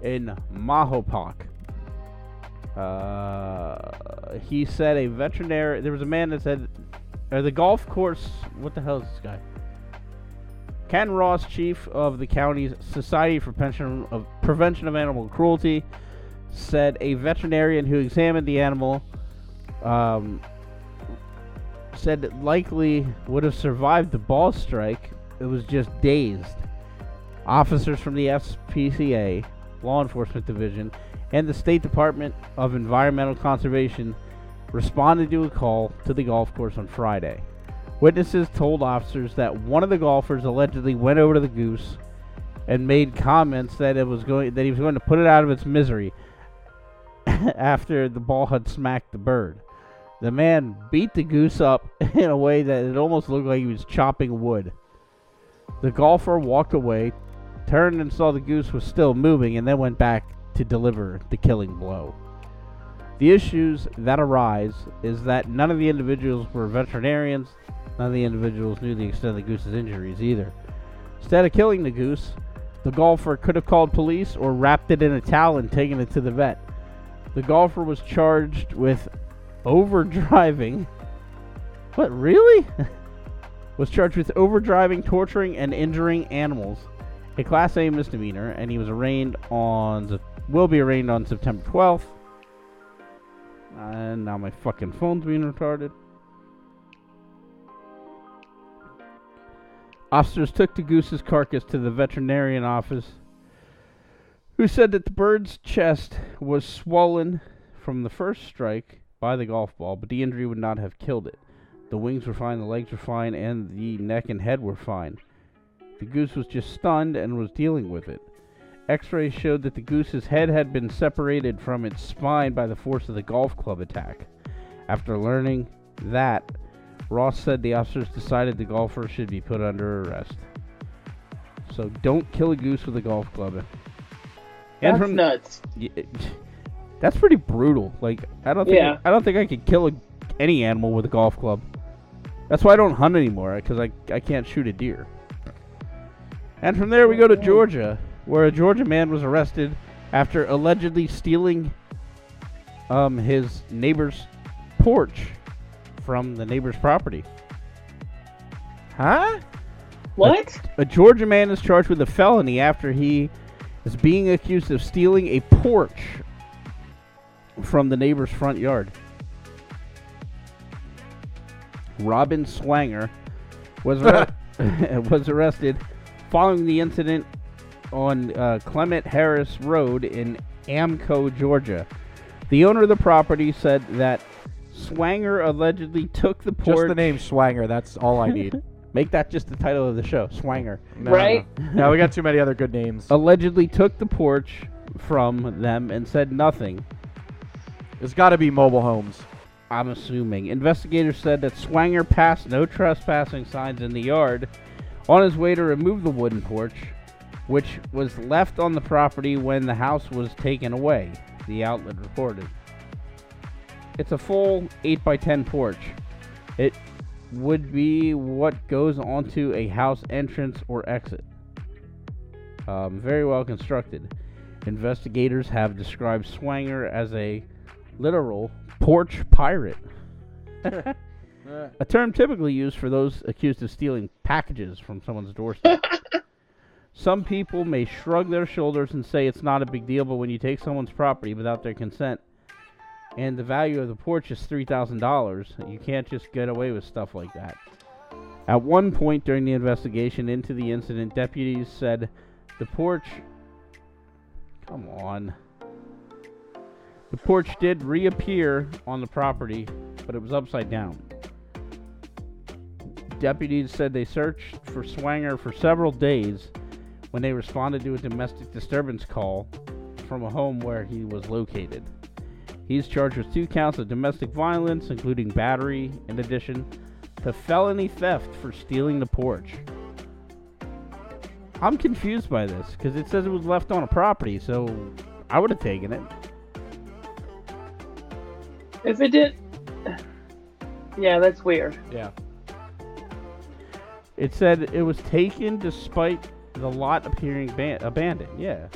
Speaker 7: in Mahopac. Uh, he said a veterinary. There was a man that said, or the golf course. What the hell is this guy? Ken Ross, chief of the county's Society for Prevention of, Prevention of Animal Cruelty, said a veterinarian who examined the animal um, said it likely would have survived the ball strike. It was just dazed. Officers from the SPCA, Law Enforcement Division, and the State Department of Environmental Conservation responded to a call to the golf course on Friday. Witnesses told officers that one of the golfers allegedly went over to the goose and made comments that it was going that he was going to put it out of its misery after the ball had smacked the bird. The man beat the goose up in a way that it almost looked like he was chopping wood. The golfer walked away, turned and saw the goose was still moving, and then went back to deliver the killing blow. The issues that arise is that none of the individuals were veterinarians, none of the individuals knew the extent of the goose's injuries either. Instead of killing the goose, the golfer could have called police or wrapped it in a towel and taken it to the vet. The golfer was charged with overdriving. What, really? was charged with overdriving, torturing, and injuring animals, a Class A misdemeanor, and he was arraigned on Sep- will be arraigned on September 12th. And now my fucking phone's being retarded. Officers took the goose's carcass to the veterinarian office, who said that the bird's chest was swollen from the first strike by the golf ball, but the injury would not have killed it. The wings were fine, the legs were fine, and the neck and head were fine. The goose was just stunned and was dealing with it. X rays showed that the goose's head had been separated from its spine by the force of the golf club attack. After learning that, Ross said the officers decided the golfer should be put under arrest. So don't kill a goose with a golf club.
Speaker 8: That's nuts.
Speaker 7: Y- eh, that's pretty brutal. Like I don't think
Speaker 8: Yeah.
Speaker 7: I don't think I could kill a, any animal with a golf club. That's why I don't hunt anymore because I I can't shoot a deer. And from there we go to Georgia, where a Georgia man was arrested after allegedly stealing um his neighbor's porch from the neighbor's property. Huh?
Speaker 8: What?
Speaker 7: A, a Georgia man is charged with a felony after he is being accused of stealing a porch from the neighbor's front yard. Robin Swanger was arre- was arrested following the incident on uh, Clement Harris Road in Amco, Georgia. The owner of the property said that Swanger allegedly took the porch.
Speaker 2: Just the name Swanger. That's all I need.
Speaker 7: Make that just the title of the show, Swanger.
Speaker 2: No,
Speaker 8: Right?
Speaker 2: No, No, we got too many other good names.
Speaker 7: Oh. allegedly took the porch from them and said nothing.
Speaker 2: It's got to be mobile homes.
Speaker 7: I'm assuming. Investigators said that Swanger passed no trespassing signs in the yard on his way to remove the wooden porch, which was left on the property when the house was taken away, the outlet reported. It's a full 8x10 porch. It would be what goes onto a house entrance or exit. Um, very well constructed. Investigators have described Swanger as a literal porch pirate, a term typically used for those accused of stealing packages from someone's doorstep. Some people may shrug their shoulders and say it's not a big deal, but when you take someone's property without their consent and the value of the porch is $3,000, you can't just get away with stuff like that. At one point during the investigation into the incident, deputies said the porch. Come on. The porch did reappear on the property, but it was upside down. Deputies said they searched for Swanger for several days when they responded to a domestic disturbance call from a home where he was located. He's charged with two counts of domestic violence, including battery, in addition to felony theft for stealing the porch. I'm confused by this because it says it was left on a property, so I would have taken it.
Speaker 8: If it did. Yeah, that's weird.
Speaker 2: Yeah.
Speaker 7: It said it was taken despite the lot appearing ban- abandoned. Yeah.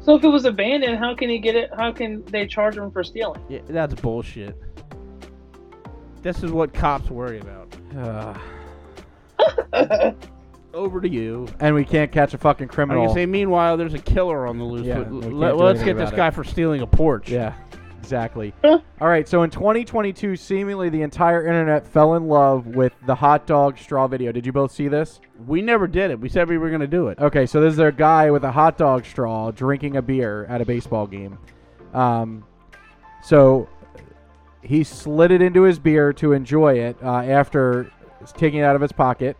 Speaker 8: So if it was abandoned, how can he get it? How can they charge him for stealing?
Speaker 7: yeah, that's bullshit. This is what cops worry about. Over to you.
Speaker 2: And we can't catch a
Speaker 7: I
Speaker 2: fucking
Speaker 7: was
Speaker 2: criminal.
Speaker 7: gonna say, meanwhile, there's a killer on the loose.
Speaker 2: Yeah,
Speaker 7: Let-
Speaker 2: we
Speaker 7: let-
Speaker 2: can't do
Speaker 7: let's
Speaker 2: anything
Speaker 7: get this
Speaker 2: about it.
Speaker 7: guy for stealing a porch.
Speaker 2: Yeah, exactly. All right, so in 2022, seemingly the entire internet fell in love with the hot dog straw video. Did you both see this?
Speaker 7: We never did it. We said we were going to do it.
Speaker 2: Okay, so this is a guy with a hot dog straw drinking a beer at a baseball game. Um, so he slid it into his beer to enjoy it uh, after taking it out of his pocket.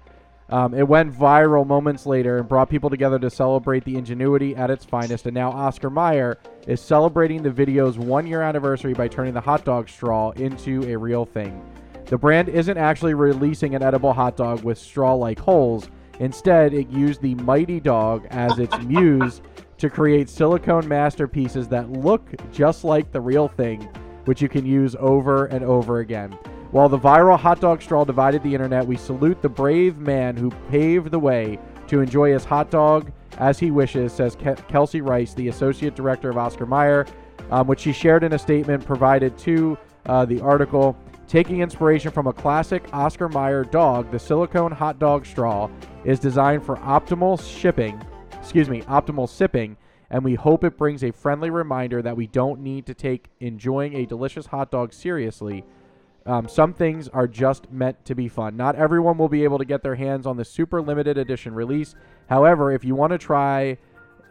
Speaker 2: Um, it went viral moments later and brought people together to celebrate the ingenuity at its finest. And now Oscar Mayer is celebrating the video's one year anniversary by turning the hot dog straw into a real thing. The brand isn't actually releasing an edible hot dog with straw like holes. Instead, it used the mighty dog as its muse to create silicone masterpieces that look just like the real thing, which you can use over and over again. While the viral hot dog straw divided the internet, we salute the brave man who paved the way to enjoy his hot dog as he wishes, says Ke- Kelsey Rice, the associate director of Oscar Mayer, um, which she shared in a statement provided to uh, the article. Taking inspiration from a classic Oscar Mayer dog, the silicone hot dog straw is designed for optimal shipping, excuse me, optimal sipping, and we hope it brings a friendly reminder that we don't need to take enjoying a delicious hot dog seriously. Um, some things are just meant to be fun. Not everyone will be able to get their hands on the super limited edition release. However, if you want to try,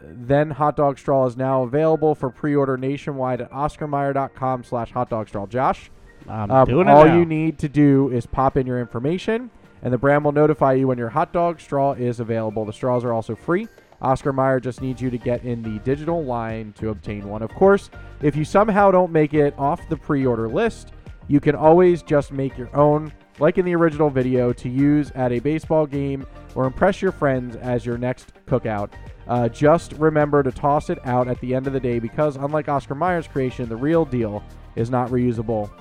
Speaker 2: then hot dog straw is now available for pre-order nationwide at oscarmeyer.com slash hot dog straw. Josh,
Speaker 7: I'm
Speaker 2: um,
Speaker 7: doing it
Speaker 2: all
Speaker 7: now.
Speaker 2: you need to do is pop in your information, and the brand will notify you when your hot dog straw is available. The straws are also free. Oscar Mayer just needs you to get in the digital line to obtain one. Of course, if you somehow don't make it off the pre order list, You can always just make your own, like in the original video, to use at a baseball game or impress your friends as your next cookout. Uh, just remember to toss it out at the end of the day because, unlike Oscar Mayer's creation, the real deal is not reusable,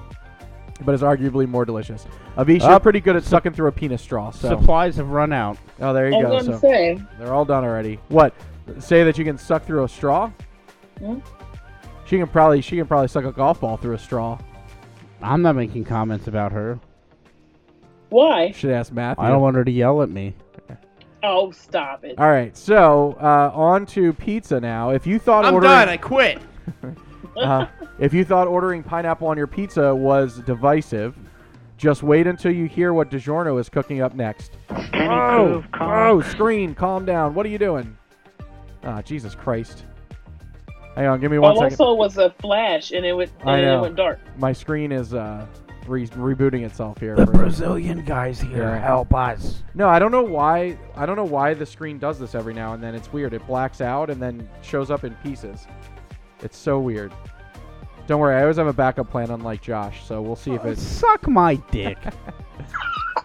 Speaker 2: but is arguably more delicious. Avish,
Speaker 7: Uh,
Speaker 2: you're pretty good at sucking through a penis straw. So.
Speaker 7: Supplies have run out.
Speaker 2: Oh, there you
Speaker 8: I
Speaker 2: go.
Speaker 8: was gonna
Speaker 2: so
Speaker 8: say.
Speaker 2: they're all done already. What? Say that you can suck through a straw?
Speaker 8: Hmm?
Speaker 2: She can probably she can probably suck a golf ball through a straw.
Speaker 7: I'm not making comments about her.
Speaker 8: Why?
Speaker 2: Should ask Matthew.
Speaker 7: I don't want her to yell at me.
Speaker 8: Oh, stop it.
Speaker 2: All right, so uh, on to pizza now. If you thought
Speaker 4: I'm
Speaker 2: ordering,
Speaker 4: done. I quit.
Speaker 8: Uh-huh.
Speaker 2: uh, if you thought ordering pineapple on your pizza was divisive, just wait until you hear what DiGiorno is cooking up next. oh, oh, screen, calm down. What are you doing? Ah, Jesus Christ. Hang on, give me one
Speaker 8: Well,
Speaker 2: second.
Speaker 8: also was a flash, and it went and
Speaker 2: I
Speaker 8: then
Speaker 2: know.
Speaker 8: it went dark.
Speaker 2: My screen is uh, re- rebooting itself here.
Speaker 7: The
Speaker 2: for-
Speaker 7: Brazilian guys here
Speaker 2: Yeah.
Speaker 7: help us.
Speaker 2: No, I don't know why. I don't know why the screen does this every now and then. It's weird. It blacks out and then shows up in pieces. It's so weird. Don't worry. I always have a backup plan, unlike Josh. So we'll see if it's.
Speaker 7: Suck my dick.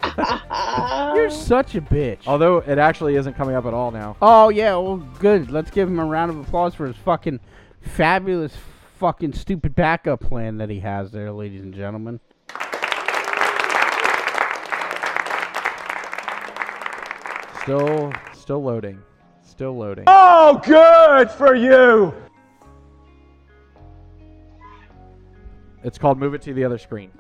Speaker 8: Ah.
Speaker 7: You're such a bitch. Oh,
Speaker 2: Although it actually isn't coming up at all now.
Speaker 7: yeah, well good. Let's give him a round of applause for his fucking fabulous fucking stupid backup plan that he has there, ladies and gentlemen.
Speaker 2: Still, still loading. Still loading.
Speaker 7: Ah!
Speaker 10: Oh, good for you.
Speaker 2: It's called "Move It to the Other Screen."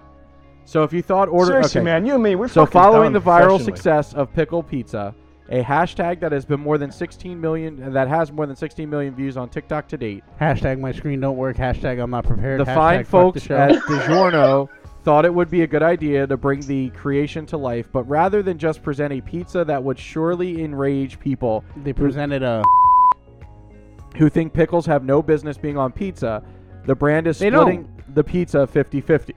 Speaker 2: So if you thought order, okay.
Speaker 10: you and me, we're
Speaker 2: So, following the viral success of Pickle Pizza, a hashtag that has been more than 16 million that has more than 16 million views on TikTok to date,
Speaker 7: Hashtag my screen don't work. Hashtag I'm not prepared.
Speaker 2: the
Speaker 7: hashtag
Speaker 2: fine
Speaker 7: fuck the
Speaker 2: folks
Speaker 7: show.
Speaker 2: at DiGiorno thought it would be a good idea to bring the creation to life, but rather than just present a pizza that would surely enrage people
Speaker 7: they presented a.
Speaker 2: who think pickles have no business being on pizza, the brand is
Speaker 7: They
Speaker 2: splitting the pizza 50-50.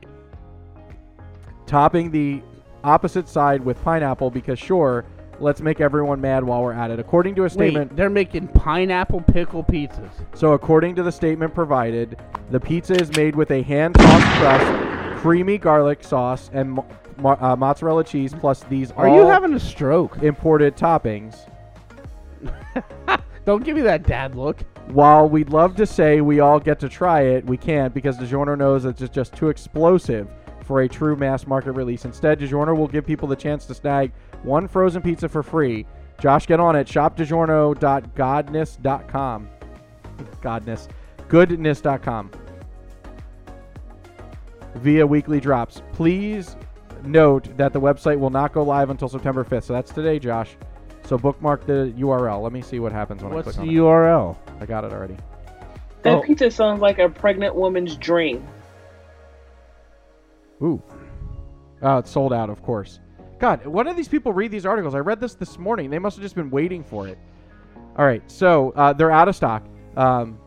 Speaker 2: Topping the opposite side with pineapple because sure, let's make everyone mad while we're at it. According to a statement
Speaker 7: Wait, they're making pineapple pickle pizzas.
Speaker 2: So, according to the statement provided, the pizza is made with a hand tossed crust, creamy garlic sauce, and mo- mo- uh, mozzarella cheese, plus these
Speaker 7: Are
Speaker 2: all
Speaker 7: you having a stroke?
Speaker 2: imported toppings.
Speaker 7: Don't give me that dad look.
Speaker 2: While we'd love to say we all get to try it, we can't because DiGiorno knows it's just, just too explosive for a true mass market release. Instead, DiGiorno will give people the chance to snag one frozen pizza for free. Josh, get on it. ShopDiGiorno.godness.com. Godness. Goodness.com. Via weekly drops. Please note that the website will not go live until September 5th. So that's today, Josh. So bookmark the URL. Let me see what happens when I
Speaker 7: What's
Speaker 2: click
Speaker 7: the
Speaker 2: on it.
Speaker 7: URL?
Speaker 2: Oh, I got it already.
Speaker 8: That
Speaker 2: Oh.
Speaker 8: pizza sounds like a pregnant woman's dream.
Speaker 2: Ooh. Oh, it's sold out, of course. God, what do these people read these articles? I read this this morning. They must have just been waiting for it. All right, so uh, they're out of stock. Um,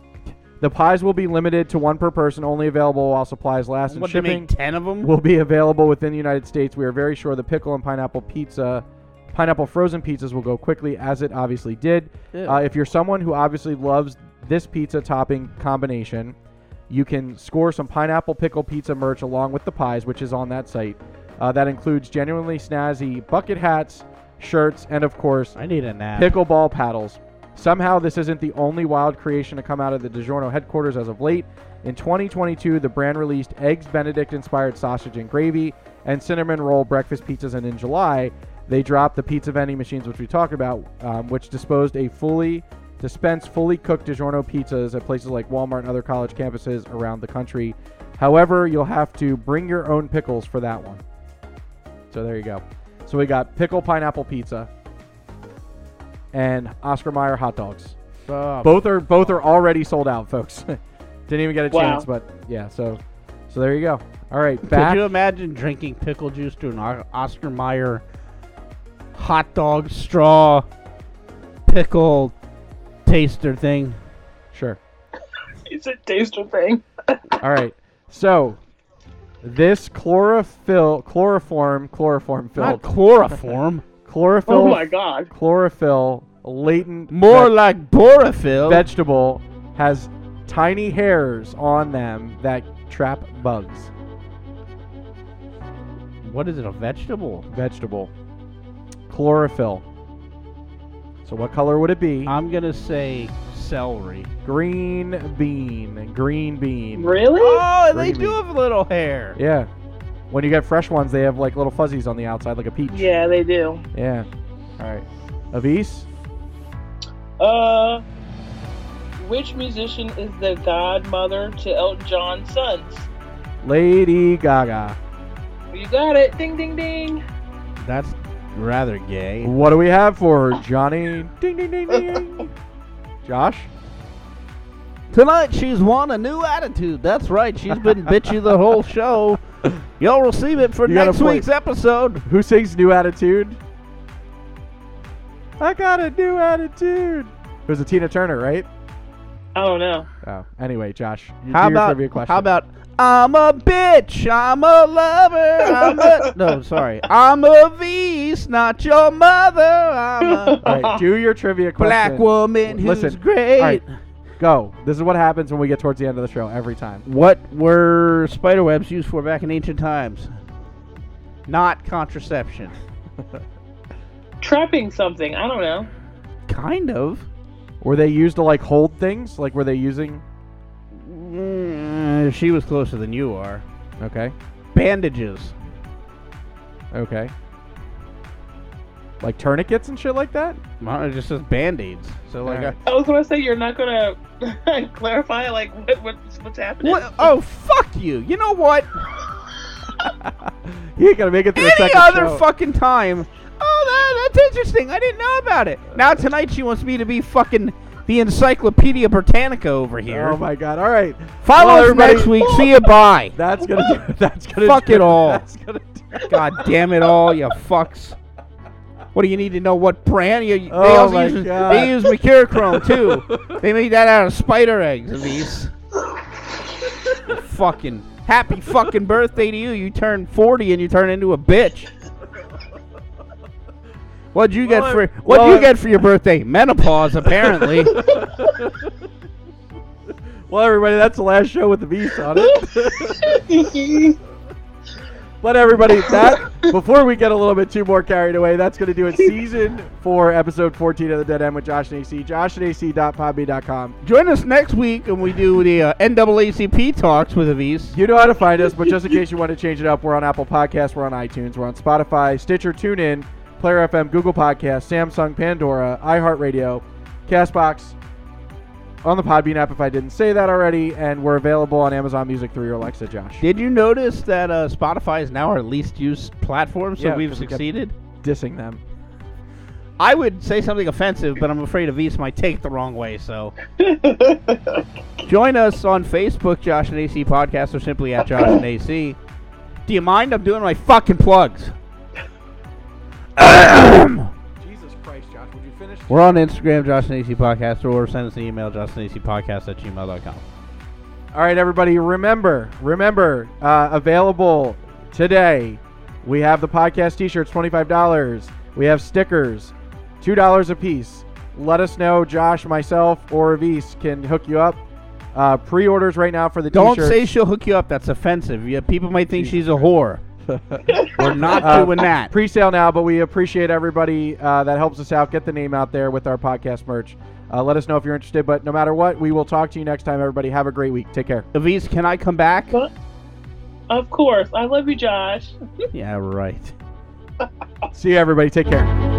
Speaker 2: the pies will be limited to one per person, only available while supplies last. And
Speaker 7: What, they
Speaker 2: shipping
Speaker 7: make 10 of them?
Speaker 2: will be available within the United States. We are very sure the pickle and pineapple pizza, pineapple frozen pizzas will go quickly, as it obviously did.
Speaker 7: Ew.
Speaker 2: Uh, if you're someone who obviously loves this pizza topping combination, you can score some pineapple pickle pizza merch along with the pies, which is on that site. Uh, that includes genuinely snazzy bucket hats, shirts, and of course,
Speaker 7: I need a nap.
Speaker 2: pickleball paddles. Somehow, this isn't the only wild creation to come out of the DiGiorno headquarters as of late. In 2022, the brand released Eggs Benedict inspired sausage and gravy and cinnamon roll breakfast pizzas, and in July, they dropped the pizza vending machines, which we talked about, um, which disposed a fully dispense fully cooked DiGiorno pizzas at places like Walmart and other college campuses around the country. However, you'll have to bring your own pickles for that one. So there you go. So we got pickle pineapple pizza and Oscar Mayer hot dogs.
Speaker 7: Uh,
Speaker 2: Both are both are already sold out, folks. Didn't even get a
Speaker 8: Wow.
Speaker 2: chance, but yeah. So so there you go. All right,
Speaker 7: Could
Speaker 2: back.
Speaker 7: you imagine drinking pickle juice to an O- Oscar Mayer hot dog straw pickle taster thing?
Speaker 2: Sure.
Speaker 8: It's a taster thing.
Speaker 2: All right. So this chlorophyll chloroform chloroform
Speaker 7: Not
Speaker 2: filled
Speaker 7: chloroform.
Speaker 2: chlorophyll
Speaker 8: Oh my god.
Speaker 2: chlorophyll latent
Speaker 7: More
Speaker 2: veg-
Speaker 7: like borophyll.
Speaker 2: vegetable has tiny hairs on them that trap bugs.
Speaker 7: What is it? A vegetable?
Speaker 2: Vegetable. Chlorophyll. So what color would it be?
Speaker 7: I'm gonna say celery.
Speaker 2: Green bean. Green bean.
Speaker 8: Really?
Speaker 7: Oh, and they
Speaker 2: Green
Speaker 7: do
Speaker 2: bean.
Speaker 7: have little hair.
Speaker 2: Yeah. When you get fresh ones, they have like little fuzzies on the outside, like a peach.
Speaker 8: Yeah, they do.
Speaker 2: Yeah. All right. Avis.
Speaker 8: Uh, which musician is the godmother to Elton John's sons?
Speaker 2: Lady Gaga.
Speaker 8: You got it. Ding, ding, ding.
Speaker 7: That's rather gay.
Speaker 2: What do we have for Johnny? Ding ding ding ding. Josh.
Speaker 7: Tonight she's won a new attitude. That's right. She's been bitchy the whole show. You'll receive it for
Speaker 2: You got a
Speaker 7: next
Speaker 2: point.
Speaker 7: week's episode.
Speaker 2: Who sings New Attitude? I got a new attitude. It was a Tina Turner, right?
Speaker 8: I don't know.
Speaker 2: Oh. Anyway, Josh. you-
Speaker 7: How
Speaker 2: do your
Speaker 7: about
Speaker 2: trivia question.
Speaker 7: how about I'm a bitch, I'm a lover, I'm a no, sorry, I'm a beast, not your mother, I'm a
Speaker 2: All right, do your trivia question.
Speaker 7: black woman who's
Speaker 2: Listen,
Speaker 7: great.
Speaker 2: All right, go. This is what happens when we get towards the end of the show every time.
Speaker 7: What were spider webs used for back in ancient times? Not contraception.
Speaker 8: Trapping something. I don't know.
Speaker 7: Kind of.
Speaker 2: Were they used to like hold things? Like were they using?
Speaker 7: Mm, she was closer than you are.
Speaker 2: Okay.
Speaker 7: Bandages.
Speaker 2: Okay. Like tourniquets and shit like that? uh,
Speaker 7: Mine just says band aids. So like, uh,
Speaker 2: Alright.
Speaker 7: I-
Speaker 8: I was gonna say you're not gonna clarify like what, what's what's happening.
Speaker 7: what? Oh fuck you! You know what?
Speaker 2: You ain't gonna make it through the
Speaker 7: any
Speaker 2: second
Speaker 7: other
Speaker 2: show.
Speaker 7: fucking time. Oh, that, that's interesting. I didn't know about it. Now tonight she wants me to be fucking the Encyclopedia Britannica over here.
Speaker 2: Oh my god! All right,
Speaker 7: Follow
Speaker 2: Well,
Speaker 7: us
Speaker 2: everybody-
Speaker 7: next week. See you. Bye.
Speaker 2: that's gonna do, that's gonna
Speaker 7: Fuck
Speaker 2: do-
Speaker 7: it all.
Speaker 2: That's gonna do.
Speaker 7: God damn it all, you fucks. What do you need to know? What brand? You, they
Speaker 2: Oh
Speaker 7: also
Speaker 2: my
Speaker 7: use,
Speaker 2: God.
Speaker 7: They use mercurochrome too. they made that out of spider eggs. These. fucking happy fucking birthday to you. You turn forty and you turn into a bitch. What'd you get for What'd
Speaker 2: well,
Speaker 7: you
Speaker 2: I-
Speaker 7: get for your birthday? Menopause, apparently.
Speaker 2: Well, everybody, that's the last show with the beast on it. but everybody, that before we get a little bit too more carried away, that's gonna do it. Season four, episode fourteen of the Dead End with Josh and AC. Josh and AC.podbean.com.
Speaker 7: Join us next week when we do the uh, NAACP talks with Avis.
Speaker 2: You know how to find us, but just in case you want to change it up, we're on Apple Podcasts, we're on iTunes, we're on Spotify, Stitcher, TuneIn, Player FM, Google Podcasts, Samsung, Pandora, iHeartRadio, Castbox, on the Podbean app if I didn't say that already, and we're available on Amazon Music through your Alexa, Josh.
Speaker 7: Did you notice that uh, Spotify is now our least used platform? So
Speaker 2: Yeah,
Speaker 7: we've
Speaker 2: 'cause we kept-
Speaker 7: succeeded.
Speaker 2: Dissing them.
Speaker 7: I would say something offensive, but I'm afraid Avis might take it the wrong way. So join us on Facebook, Josh and AC Podcast, or simply at Josh and AC. Do you mind? I'm doing my fucking plugs.
Speaker 2: Jesus Christ, Josh, would you finish?
Speaker 7: We're on Instagram, Josh and AC Podcast, or send us an email, Josh and AC Podcast at gmail.com.
Speaker 2: All right, everybody, remember, remember, uh, available today. We have the podcast t shirts, $25. We have stickers, $2 a piece. Let us know, Josh, myself, or Avis can hook you up. Uh, Pre orders right now for the
Speaker 7: Don't
Speaker 2: t-shirts.
Speaker 7: say she'll hook you up. That's offensive. Yeah, people might think she's a whore. We're not
Speaker 2: Uh,
Speaker 7: doing that.
Speaker 2: pre-sale now, but we appreciate everybody uh, that helps us out. Get the name out there with our podcast merch. Uh, let us know if you're interested. But no matter what, we will talk to you next time. Everybody, have a great week. Take care.
Speaker 7: Avis, can I come back?
Speaker 8: What? Of course. I love you, Josh.
Speaker 7: Yeah, right.
Speaker 2: See you, everybody. Take care.